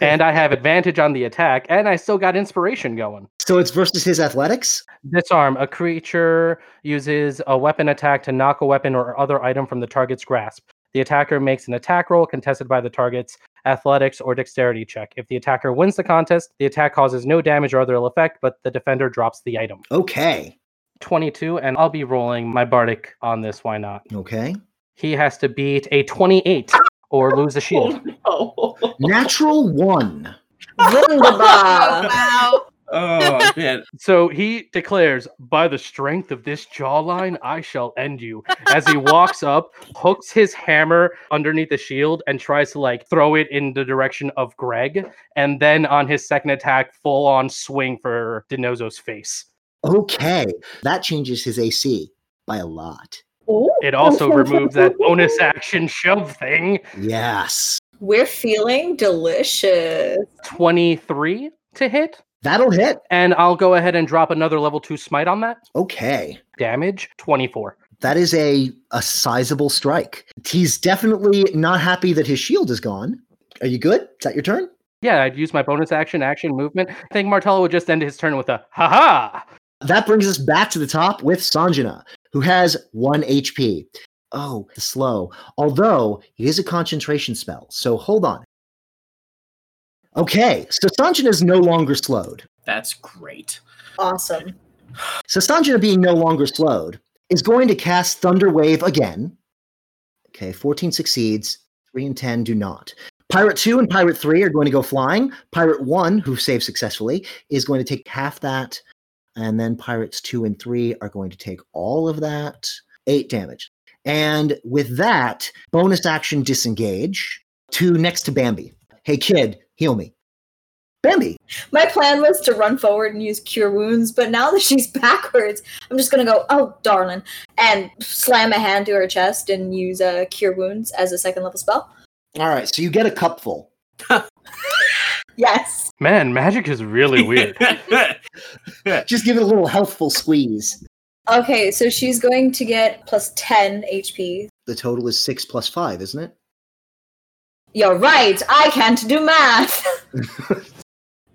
Speaker 5: and I have advantage on the attack, and I still got inspiration going.
Speaker 1: So it's versus his athletics?
Speaker 5: Disarm. A creature uses a weapon attack to knock a weapon or other item from the target's grasp. The attacker makes an attack roll contested by the target's athletics or dexterity check. If the attacker wins the contest, the attack causes no damage or other ill effect, but the defender drops the item.
Speaker 1: Okay.
Speaker 5: 22, and I'll be rolling my bardic on this. Why not?
Speaker 1: Okay.
Speaker 5: He has to
Speaker 4: Oh,
Speaker 5: beat a 28 or lose the shield.
Speaker 1: Natural one.
Speaker 3: Wunderbar.
Speaker 2: wow.
Speaker 4: Oh man.
Speaker 5: So he declares, "By the strength of this jawline, I shall end you." As he walks up, hooks his hammer underneath the shield and tries to like throw it in the direction of Greg, and then on his second attack, full on swing for Denozo's face.
Speaker 1: Okay, that changes his AC by a lot.
Speaker 5: It also removes that bonus action shove thing.
Speaker 1: Yes.
Speaker 3: We're feeling delicious.
Speaker 5: 23 to hit.
Speaker 1: That'll hit.
Speaker 5: And I'll go ahead and drop another level 2 smite on that.
Speaker 1: Okay.
Speaker 5: Damage 24.
Speaker 1: That is a a sizable strike. He's definitely not happy that his shield is gone. Are you good? Is that your turn?
Speaker 5: Yeah, I'd use my bonus action, action, movement. I think Martello would just end his turn with a ha ha.
Speaker 1: That brings us back to the top with Sanjana, who has 1 HP. Oh, slow. Although it is a concentration spell. So hold on. Okay, so Sanjana is no longer slowed.
Speaker 4: That's great.
Speaker 3: Awesome.
Speaker 1: So Sanjana being no longer slowed is going to cast Thunder Wave again. Okay, 14 succeeds, 3 and 10 do not. Pirate 2 and Pirate 3 are going to go flying. Pirate 1, who saved successfully, is going to take half that. And then Pirates 2 and 3 are going to take all of that, 8 damage. And with that, bonus action disengage to next to Bambi. Hey, kid, heal me. Bambi,
Speaker 3: My plan was to run forward and use cure wounds, but now that she's backwards, I'm just gonna go, oh darling, and slam a hand to her chest and use uh, cure wounds as a second level spell.
Speaker 1: All right, so you get a cupful.
Speaker 3: Yes.
Speaker 5: Man, magic is really weird.
Speaker 1: Just give it a little healthful squeeze.
Speaker 3: Okay, so she's going to get plus 10 HP.
Speaker 1: The total is six plus five, isn't it?
Speaker 3: You're right, I can't do math.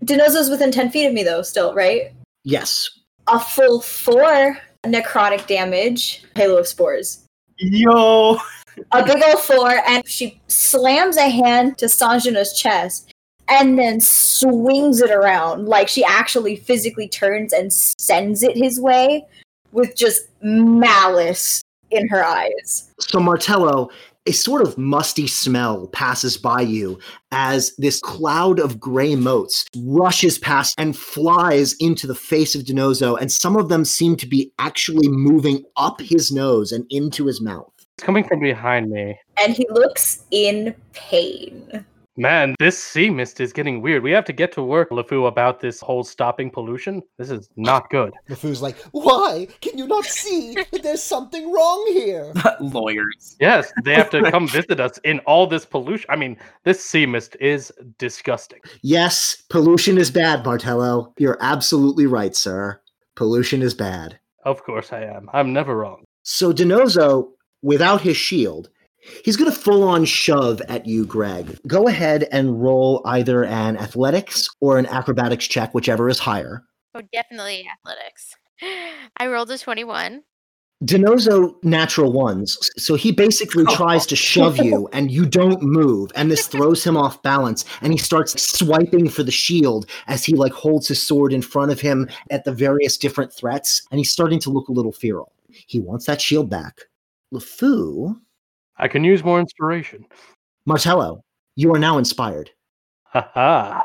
Speaker 3: Dinozo's within 10 feet of me, though, still, right?
Speaker 1: Yes.
Speaker 3: A full four necrotic damage, Halo of Spores.
Speaker 4: Yo.
Speaker 3: a big old four, and she slams a hand to Sanjana's chest and then swings it around. Like she actually physically turns and sends it his way with just malice in her eyes.
Speaker 1: So, Martello, a sort of musty smell passes by you as this cloud of gray motes rushes past and flies into the face of Denozo, and some of them seem to be actually moving up his nose and into his mouth.
Speaker 5: It's coming from behind me.
Speaker 3: And he looks in pain.
Speaker 5: Man, this sea mist is getting weird. We have to get to work, LeFou, about this whole stopping pollution. This is not good.
Speaker 1: LeFou's like, Why can you not see that there's something wrong here?
Speaker 4: Lawyers.
Speaker 5: Yes, they have to come visit us in all this pollution. I mean, this sea mist is disgusting.
Speaker 1: Yes, pollution is bad, Martello. You're absolutely right, sir. Pollution is bad.
Speaker 5: Of course I am. I'm never wrong.
Speaker 1: So Denozo, without his shield, he's going to full on shove at you, Greg. Go ahead and roll either an athletics or an acrobatics check, whichever is higher.
Speaker 2: Oh, definitely athletics. I rolled a 21.
Speaker 1: Denozo natural ones, so he basically tries to shove you, and you don't move, and this throws him off balance, and he starts swiping for the shield as he like holds his sword in front of him at the various different threats, and he's starting to look a little feral. He wants that shield back. LeFou,
Speaker 5: I can use more inspiration.
Speaker 1: Martello, you are now inspired.
Speaker 5: Haha.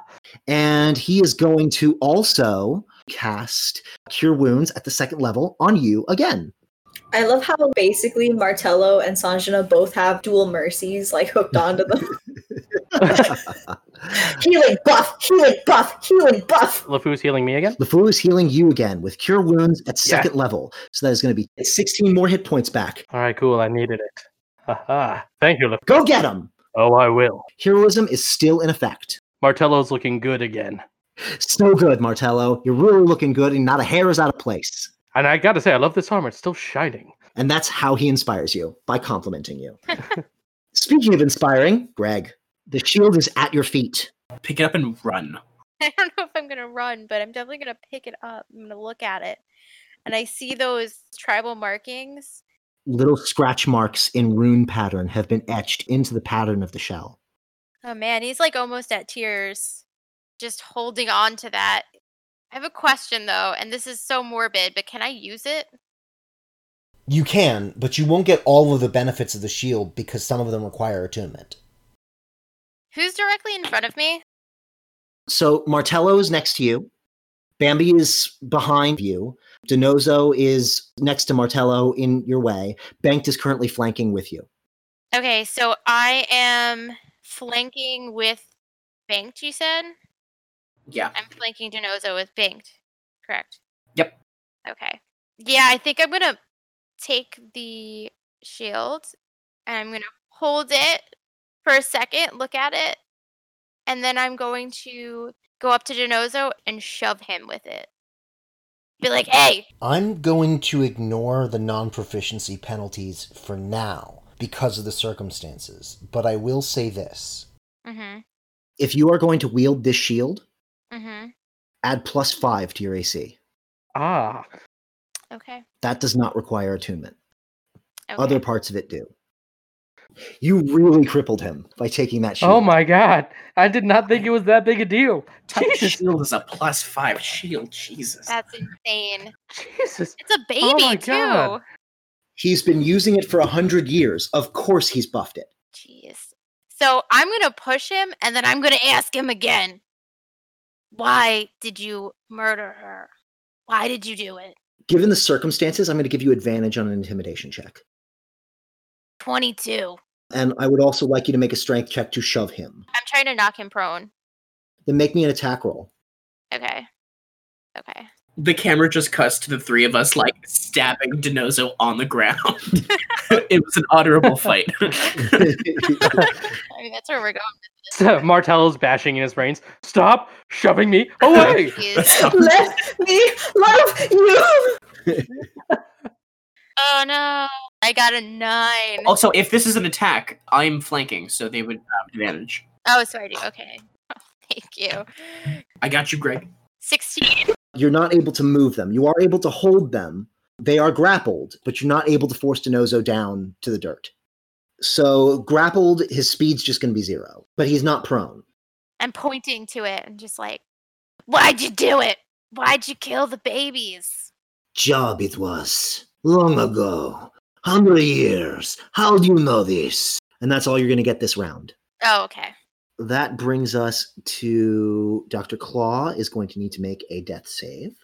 Speaker 1: And he is going to also cast Cure Wounds at the second level on you again.
Speaker 3: I love how basically Martello and Sanjana both have dual mercies like hooked onto them. healing buff, healing buff, healing buff.
Speaker 5: LeFou's healing me again.
Speaker 1: LeFou is healing you again with Cure Wounds at second level. So that is going to be 16 more hit points back.
Speaker 5: All right, cool. I needed it. Haha. Thank you, LeFou.
Speaker 1: Go get him!
Speaker 5: Oh, I will.
Speaker 1: Heroism is still in effect.
Speaker 5: Martello's looking good again.
Speaker 1: So good, Martello. You're really looking good, and not a hair is out of place.
Speaker 5: And I gotta say, I love this armor. It's still shining.
Speaker 1: And that's how he inspires you by complimenting you. Speaking of inspiring, Greg, the shield is at your feet.
Speaker 4: Pick it up and run.
Speaker 2: I don't know if I'm gonna run, but I'm definitely gonna pick it up. I'm gonna look at it, and I see those tribal markings.
Speaker 1: Little scratch marks in rune pattern have been etched into the pattern of the shell.
Speaker 2: Oh man, he's like almost at tears, just holding on to that. I have a question though, and this is so morbid, but can I use it?
Speaker 1: You can, but you won't get all of the benefits of the shield because some of them require attunement.
Speaker 2: Who's directly in front of me?
Speaker 1: So Martello is next to you. Bambi is behind you. Denozo is next to Martello in your way. Banked is currently flanking with you.
Speaker 2: Okay, so I am flanking with Banked, you said?
Speaker 4: Yeah.
Speaker 2: I'm flanking Denozo with Banked, correct?
Speaker 4: Yep.
Speaker 2: Okay. Yeah, I think I'm going to take the shield and I'm going to hold it for a second, look at it, and then I'm going to go up to Denozo and shove him with it. Be like, hey,
Speaker 1: I'm going to ignore the non proficiency penalties for now because of the circumstances, but I will say this.
Speaker 2: Mm-hmm.
Speaker 1: If you are going to wield this shield,
Speaker 2: Mm-hmm.
Speaker 1: add plus five to your AC.
Speaker 5: Ah.
Speaker 2: Okay.
Speaker 1: That does not require attunement.
Speaker 2: Okay.
Speaker 1: Other parts of it do. You really crippled him by taking that shield.
Speaker 5: Oh my god! I did not think it was that big a deal. Jesus.
Speaker 4: Shield is a plus five shield. Jesus.
Speaker 2: That's insane.
Speaker 5: Jesus.
Speaker 2: It's a baby,
Speaker 5: Oh my
Speaker 2: too.
Speaker 5: God.
Speaker 1: He's been using it for a hundred years. Of course he's buffed it.
Speaker 2: Jeez. So I'm going to push him and then I'm going to ask him again. Why did you murder her? Why did you do it?
Speaker 1: Given the circumstances, I'm going to give you advantage on an intimidation check.
Speaker 2: 22.
Speaker 1: And I would also like you to make a strength check to shove him.
Speaker 2: I'm trying to knock him prone.
Speaker 1: Then make me an attack roll.
Speaker 2: Okay. Okay.
Speaker 4: The camera just cuts to the three of us like stabbing Denozo on the ground. it was an honorable fight.
Speaker 2: I mean, that's where we're going.
Speaker 5: Martello's bashing in his brains. Stop shoving me away!
Speaker 3: Let me love you.
Speaker 2: Oh, no. I got a nine.
Speaker 5: Oh.
Speaker 4: also, if this is an attack, I'm flanking, so they would have advantage.
Speaker 2: Oh, so I do. Okay. Oh, thank you.
Speaker 4: I got you, Greg.
Speaker 2: 16.
Speaker 1: You're not able to move them. You are able to hold them. They are grappled, but you're not able to force Denozo down to the dirt. So grappled, his speed's just going to be zero, but he's not prone.
Speaker 2: I'm pointing to it and just like, why'd you do it? Why'd you kill the babies?
Speaker 19: Job it was. Long ago. Hundred years. How do you know this?
Speaker 1: And that's all you're going to get this round.
Speaker 2: Oh, okay.
Speaker 1: That brings us to Dr. Claw is going to need to make a death save.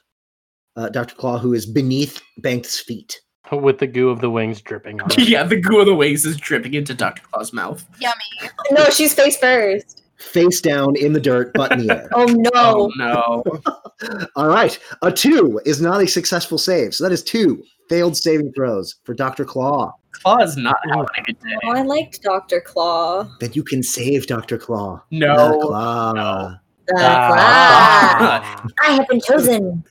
Speaker 1: Uh, Dr. Claw, who is beneath Banks' feet.
Speaker 5: With the goo of the wings dripping on
Speaker 4: yeah, the goo of the wings is dripping into Dr. Claw's mouth.
Speaker 2: Yummy.
Speaker 3: No, she's face first.
Speaker 1: Face down in the dirt, butt in the air.
Speaker 3: Oh no.
Speaker 4: no.
Speaker 1: All right. A two is not a successful save. So that is two failed saving throws for Dr. Claw.
Speaker 4: Claw's not having a good day.
Speaker 3: Oh, I liked Dr. Claw.
Speaker 1: Then you can save Dr. Claw.
Speaker 4: No.
Speaker 1: The Claw.
Speaker 3: I have been chosen.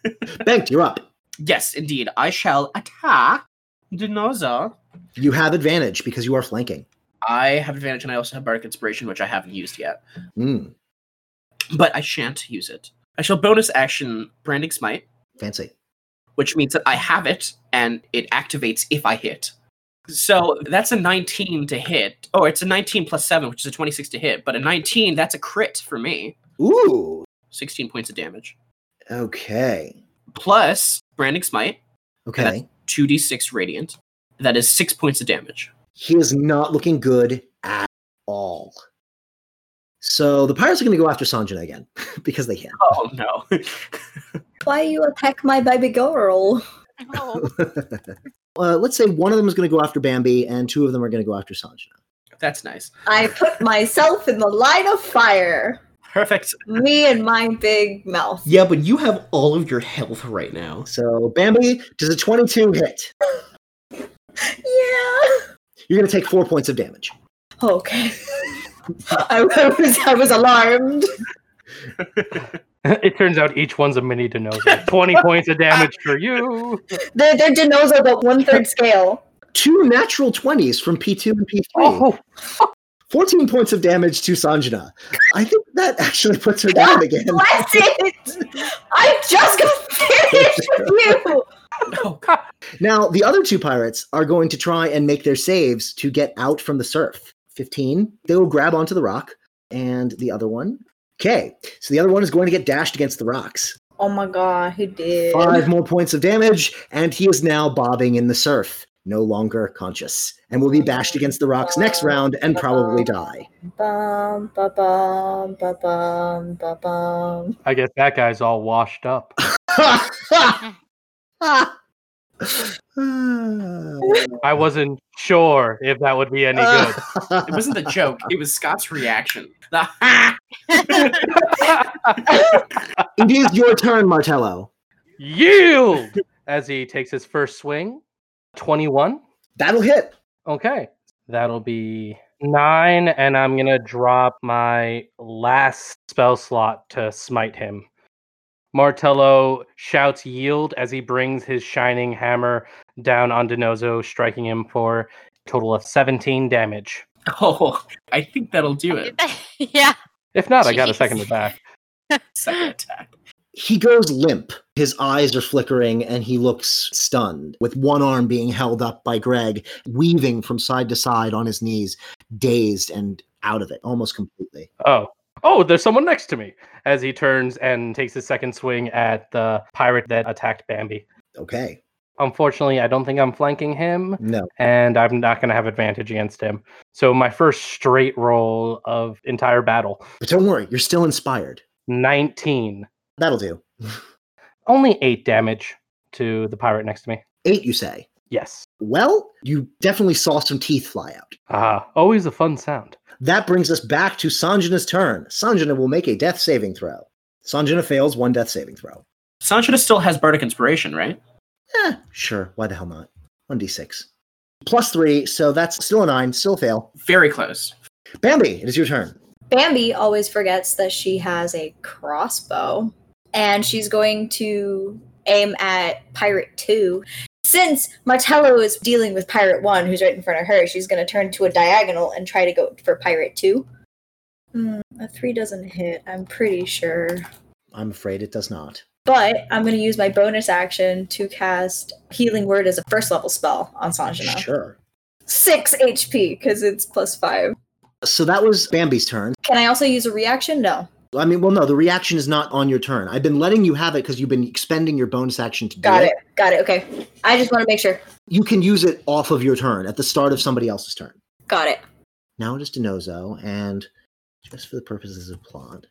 Speaker 1: Banked, you're up.
Speaker 4: Yes, indeed. I shall attack Denoza.
Speaker 1: You have advantage because you are flanking.
Speaker 4: I have advantage, and I also have Bardic Inspiration, which I haven't used yet.
Speaker 1: Mm,
Speaker 4: But I shan't use it. I shall bonus action Branding Smite,
Speaker 1: fancy.
Speaker 4: which means that I have it, and it activates if I hit. So that's a 19 to hit. Oh, it's a 19 plus 7, which is a 26 to hit. But a 19, that's a crit for me.
Speaker 1: Ooh.
Speaker 4: 16 points of damage.
Speaker 1: Okay.
Speaker 4: Plus Branding Smite.
Speaker 1: Okay.
Speaker 4: 2d6 radiant. That is 6 points of damage.
Speaker 1: He is not looking good at all. So the pirates are going to go after Sanjana again because they can.
Speaker 4: Oh, no.
Speaker 3: Why you attack my baby girl?
Speaker 2: Oh.
Speaker 1: Uh, let's say one of them is going to go after Bambi and two of them are going to go after Sanjana.
Speaker 4: That's nice.
Speaker 3: I put myself in the line of fire.
Speaker 4: Perfect.
Speaker 3: Me and my big mouth.
Speaker 20: Yeah, but you have all of your health right now.
Speaker 1: So Bambi does a 22 hit.
Speaker 3: Yeah.
Speaker 1: You're going to take four points of damage.
Speaker 3: Okay. I was I was alarmed.
Speaker 5: it turns out each one's a mini Denozo. 20 points of damage for you.
Speaker 3: They're they're Denozo but one third scale.
Speaker 1: Two natural 20s from P2 and P3.
Speaker 11: Oh.
Speaker 1: 14 points of damage to Sanjana. I think that actually puts her down again.
Speaker 3: Bless it! I'm just gonna finish with you!
Speaker 1: Now, the other two pirates are going to try and make their saves to get out from the surf. 15, they will grab onto the rock. And the other one, okay. So the other one is going to get dashed against the rocks.
Speaker 3: Oh my god, he did.
Speaker 1: Five more points of damage, and he is now bobbing in the surf. no longer conscious, and will be bashed against the rocks next round and probably die.
Speaker 3: Bum, ba, bum, ba, bum, ba, bum.
Speaker 5: I guess that guy's all washed up.
Speaker 3: Ah,
Speaker 5: I wasn't sure if that would be any good.
Speaker 4: it wasn't the joke. It was Scott's reaction. The-
Speaker 1: it is your turn, Martello.
Speaker 5: Yield! As he takes his first swing. 21.
Speaker 1: That'll hit.
Speaker 5: Okay. That'll be nine, and I'm going to drop my last spell slot to smite him. Martello shouts yield as he brings his shining hammer down on Denozo, striking him for a total of 17 damage.
Speaker 4: oh, I think that'll do it.
Speaker 2: yeah.
Speaker 5: If not, I got a second attack.
Speaker 4: Second attack.
Speaker 1: He goes limp. His eyes are flickering and he looks stunned, with one arm being held up by Greg, weaving from side to side on his knees, dazed and out of it almost completely.
Speaker 5: Oh. Oh, there's someone next to me as he turns and takes his second swing at the pirate that attacked Bambi.
Speaker 1: Okay.
Speaker 5: Unfortunately, I don't think I'm flanking him.
Speaker 1: No.
Speaker 5: And I'm not going to have advantage against him. So my first straight roll of entire battle.
Speaker 1: But don't worry, you're still inspired.
Speaker 5: 19.
Speaker 1: That'll do.
Speaker 5: Only 8 damage to the pirate next to me.
Speaker 1: Eight, you say?
Speaker 5: Yes.
Speaker 1: Well, you definitely saw some teeth fly out.
Speaker 5: Ah, always a fun sound.
Speaker 1: That brings us back to Sanjana's turn. Sanjana will make a death saving throw. Sanjana fails one death saving throw.
Speaker 4: Sanchita still has Bardic Inspiration, right?
Speaker 1: Eh, sure. Why the hell not? 1d6. Plus three, so that's still a nine, still a fail.
Speaker 4: Very close.
Speaker 1: Bambi, it is your turn.
Speaker 3: Bambi always forgets that she has a crossbow, and she's going to aim at Pirate 2. Since Martello is dealing with Pirate 1, who's right in front of her, she's going to turn to a diagonal and try to go for Pirate 2. Hmm, a 3 doesn't hit, I'm pretty sure.
Speaker 1: I'm afraid it does not.
Speaker 3: But I'm going to use my bonus action to cast Healing Word as a first level spell on Sanjana.
Speaker 1: Sure.
Speaker 3: 6 HP, because it's plus 5.
Speaker 1: So that was Bambi's turn.
Speaker 3: Can I also use a reaction? No.
Speaker 1: I mean, well, no, the reaction is not on your turn. I've been letting you have it because you've been expending your bonus action to
Speaker 3: Got
Speaker 1: do
Speaker 3: it. Got it. Okay. I just want to make sure.
Speaker 1: You can use it off of your turn at the start of somebody else's turn.
Speaker 3: Got it.
Speaker 1: Now it is Denozo, and just for the purposes of plot.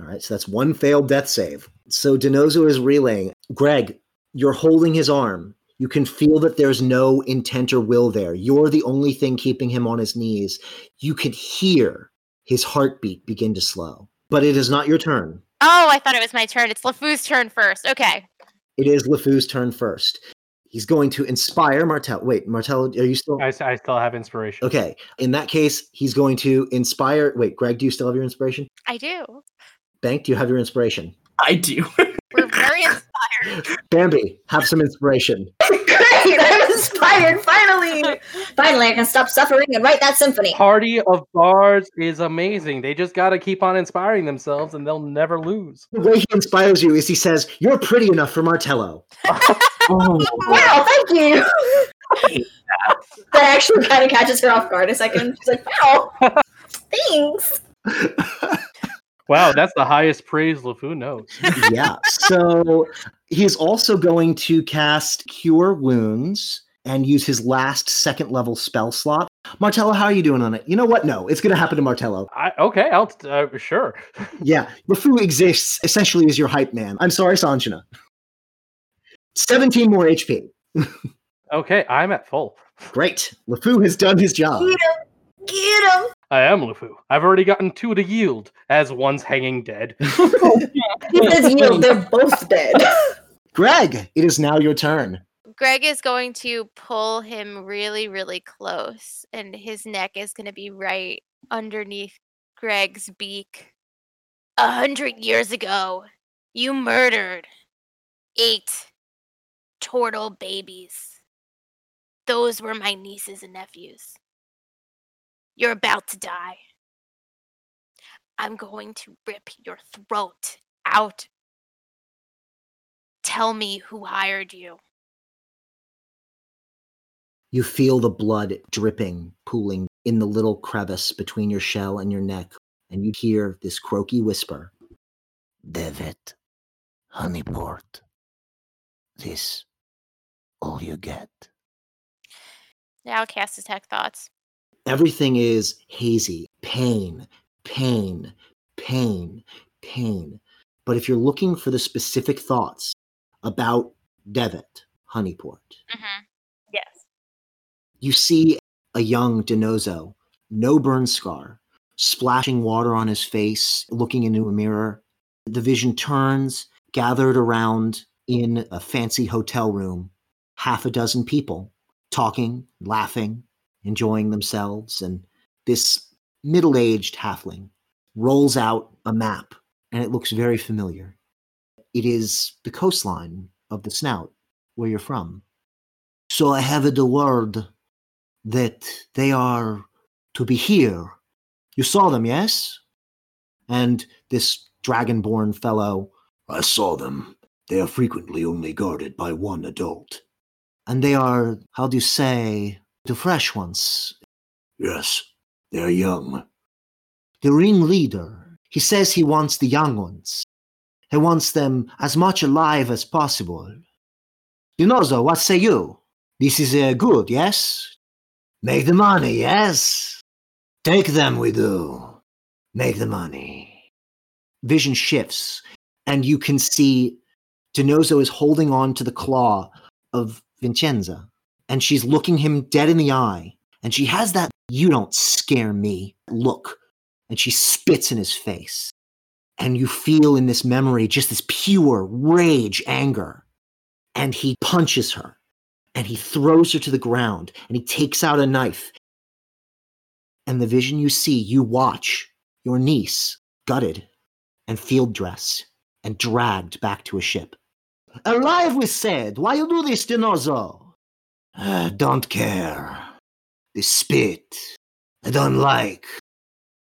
Speaker 1: All right, so that's one failed death save. So Denozo is relaying. Greg, you're holding his arm. You can feel that there's no intent or will there. You're the only thing keeping him on his knees. You can hear his heartbeat begin to slow. But it is not your turn.
Speaker 2: Oh, I thought it was my turn. It's LeFou's turn first. Okay.
Speaker 1: It is LeFou's turn first. He's going to inspire Martel. Wait, Martel, are you still?
Speaker 5: I, I still have inspiration.
Speaker 1: Okay. In that case, he's going to inspire. Wait, Greg, do you still have your inspiration?
Speaker 2: I do.
Speaker 1: Bank, do you have your inspiration?
Speaker 4: I do.
Speaker 2: We're very
Speaker 1: Bambi, have some inspiration.
Speaker 3: Great! I'm inspired finally! finally, I can stop suffering and write that symphony.
Speaker 5: Party of Bards is amazing. They just got to keep on inspiring themselves and they'll never lose.
Speaker 1: The way he inspires you is he says, You're pretty enough for Martello.
Speaker 3: Wow, thank you! that actually kind of catches her off guard a second. She's like, wow, thanks!
Speaker 5: Wow, that's the highest praise LeFou knows.
Speaker 1: yeah. So he is also going to cast Cure Wounds and use his last second level spell slot. Martello, how are you doing on it? You know what? No, it's going to happen to Martello.
Speaker 5: I, okay, I'll uh, sure.
Speaker 1: Yeah, Lafu exists essentially as your hype man. I'm sorry, Sanjana. 17 more HP.
Speaker 5: Okay, I'm at full.
Speaker 1: Great. LeFou has done his job.
Speaker 3: him! Get him!
Speaker 5: I am LeFou. I've already gotten two to yield as one's hanging dead.
Speaker 3: He says, yield, they're both dead.
Speaker 1: Greg, it is now your turn.
Speaker 2: Greg is going to pull him really, really close, and his neck is going to be right underneath Greg's beak. A hundred years ago, you murdered eight turtle babies. Those were my nieces and nephews. You're about to die. I'm going to rip your throat out. Tell me who hired you.
Speaker 1: You feel the blood dripping, pooling in the little crevice between your shell and your neck, and you hear this croaky whisper.
Speaker 21: Devet, Honeyport. This all you get.
Speaker 2: Now cast detect thoughts.
Speaker 1: Everything is hazy, pain, pain, pain, pain. But if you're looking for the specific thoughts about Devitt Honeyport,
Speaker 2: Mm-hmm. Yes.
Speaker 1: you see a young Denozo, no burn scar, splashing water on his face, looking into a mirror. The vision turns, gathered around in a fancy hotel room, half a dozen people talking, laughing, enjoying themselves. And this middle aged halfling rolls out a map, and it looks very familiar. It is the coastline of the snout where you're from.
Speaker 21: So I have the word that they are to be here.
Speaker 1: You saw them, yes? And this dragonborn fellow,
Speaker 21: I saw them. They are frequently only guarded by one adult.
Speaker 1: and they are, how do you say, the fresh ones.
Speaker 21: Yes, they are young.
Speaker 1: The ringleader, he says he wants the young ones. He wants them as much alive as possible.
Speaker 21: Dinozo, what say you? This is uh, good, yes? Make the money, yes? Take them, we do. Make the money.
Speaker 1: Vision shifts, and you can see Denozo is holding on to the claw of Vincenza, and she's looking him dead in the eye, and she has that you don't scare me look, and she spits in his face. And you feel in this memory just this pure rage, anger. And he punches her, and he throws her to the ground, and he takes out a knife. And the vision you see, you watch your niece gutted and field dressed and dragged back to a ship.
Speaker 21: Alive, we said. Why you do this, Dinozo?
Speaker 1: "Ah,
Speaker 21: I don't care. The spit. I don't like.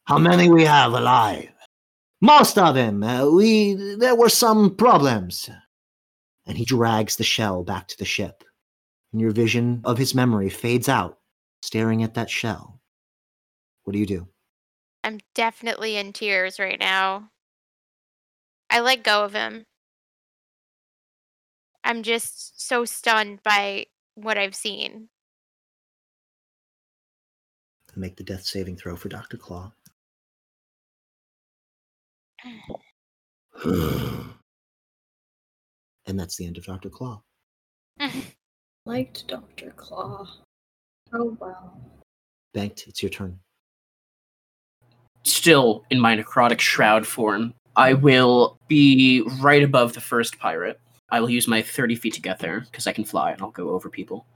Speaker 21: How many we have alive?
Speaker 1: Most of them. Uh, we there were some problems. And he drags the shell back to the ship. And your vision of his memory fades out, staring at that shell. What do you do?
Speaker 2: I'm definitely in tears right now. I let go of him. I'm just so stunned by what I've seen.
Speaker 1: Make the death saving throw for Dr. Claw. and that's the end of Dr. Claw.
Speaker 3: Liked Dr. Claw. Oh, wow.
Speaker 1: Banked, it's your turn.
Speaker 4: Still in my necrotic shroud form, I will be right above the first pirate. I will use my 30 feet to get there because I can fly and I'll go over people.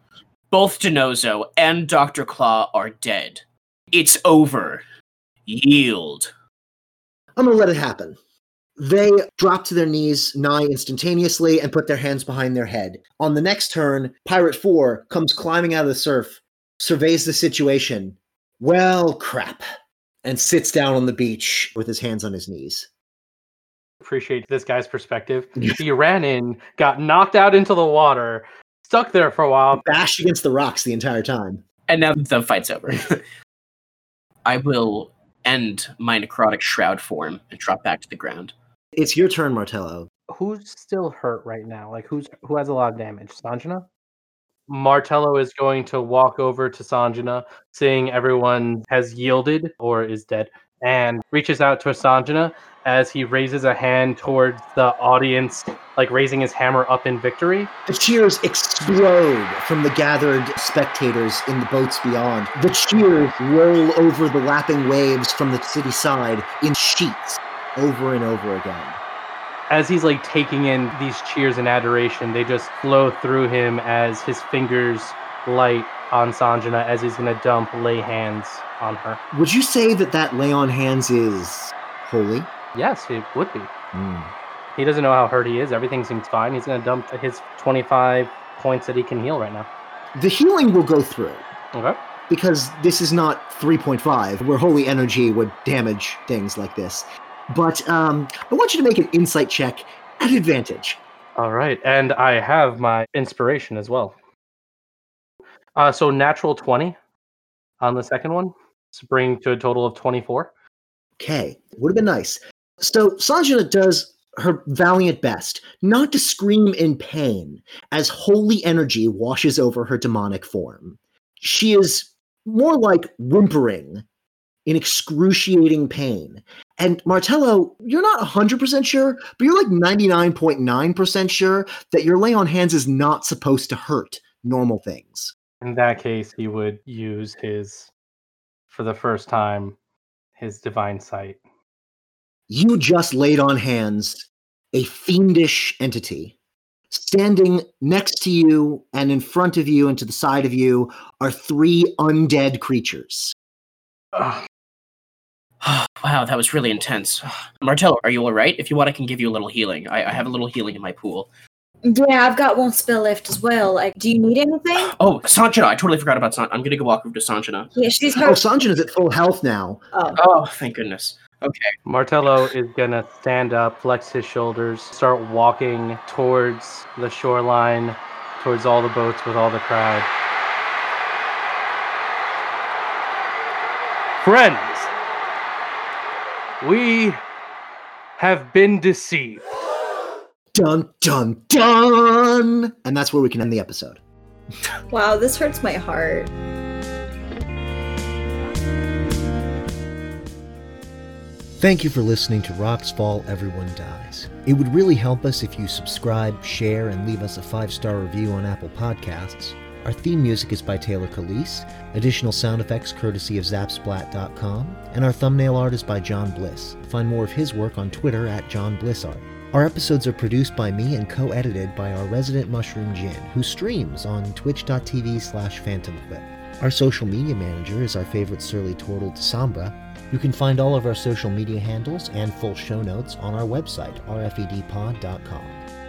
Speaker 4: Both Denozo and Dr. Claw are dead. It's over. Yield.
Speaker 1: I'm going to let it happen. They drop to their knees nigh instantaneously and put their hands behind their head. On the next turn, Pirate 4 comes climbing out of the surf, surveys the situation. Well, crap. And sits down on the beach with his hands on his knees.
Speaker 5: Appreciate this guy's perspective. he ran in, got knocked out into the water, stuck there for a while.
Speaker 1: Bashed against the rocks the entire time.
Speaker 4: And now the fight's over. I will end my necrotic shroud form and drop back to the ground.
Speaker 1: It's your turn, Martello.
Speaker 5: Who's still hurt right now? Like who's who has a lot of damage? Sanjana? Martello is going to walk over to Sanjana, seeing everyone has yielded or is dead, and reaches out to Sanjana as he raises a hand towards the audience, like raising his hammer up in victory.
Speaker 1: The cheers explode from the gathered spectators in the boats beyond. The cheers roll over the lapping waves from the city side in sheets over and over again.
Speaker 5: As he's like taking in these cheers and adoration, they just flow through him as his fingers light on Sanjana as he's gonna dump lay hands on her.
Speaker 1: Would you say that that lay on hands is holy?
Speaker 5: Yes, it would be. He doesn't know how hurt he is. Everything seems fine. He's going to dump his 25 points that he can heal right now.
Speaker 1: The healing will go through.
Speaker 5: Okay.
Speaker 1: Because this is not 3.5, where holy energy would damage things like this. But um, I want you to make an insight check at advantage.
Speaker 5: All right. And I have my inspiration as well. Uh, so natural 20 on the second one, so bring to a total of 24.
Speaker 1: Okay, would have been nice. So Sanjana does her valiant best not to scream in pain as holy energy washes over her demonic form. She is more like whimpering in excruciating pain. And Martello, you're not 100% sure, but you're like 99.9% sure that your lay on hands is not supposed to hurt normal things.
Speaker 5: In that case, he would use his, for the first time, his divine sight.
Speaker 1: You just laid on hands a fiendish entity. Standing next to you and in front of you and to the side of you are three undead creatures.
Speaker 4: Ugh. wow, that was really intense. Martello, are you all right? If you want, I can give you a little healing. I, I have a little healing in my pool.
Speaker 3: Yeah, I've got one spell left as well. Like, do you need anything?
Speaker 4: Oh, Sanjana! I totally forgot about Sanjana. I'm gonna go walk over to Sanjana.
Speaker 3: Yeah, she's
Speaker 1: Oh, Sanjana's at full health now.
Speaker 3: Oh.
Speaker 4: oh, thank goodness. Okay.
Speaker 5: Martello is gonna stand up, flex his shoulders, start walking towards the shoreline, towards all the boats with all the crowd. Friends, we have been deceived.
Speaker 1: Dun, dun, dun! And that's where we can end the episode.
Speaker 3: Wow, this hurts my heart.
Speaker 13: Thank you for listening to Rocks Fall, Everyone Dies. It would really help us if you subscribe, share, and leave us a five star review on Apple Podcasts. Our theme music is by Taylor Calise, additional sound effects courtesy of Zapsplat.com, and our thumbnail art is by John Bliss. Find more of his work on Twitter at John Bliss Art. Our episodes are produced by me and co-edited by our resident Mushroom Jin, who streams on twitch.tv slash phantomquip. Our social media manager is our favorite surly turtle, Samba, you can find E all of our social media handles and full show notes on our website, rfedpod.com.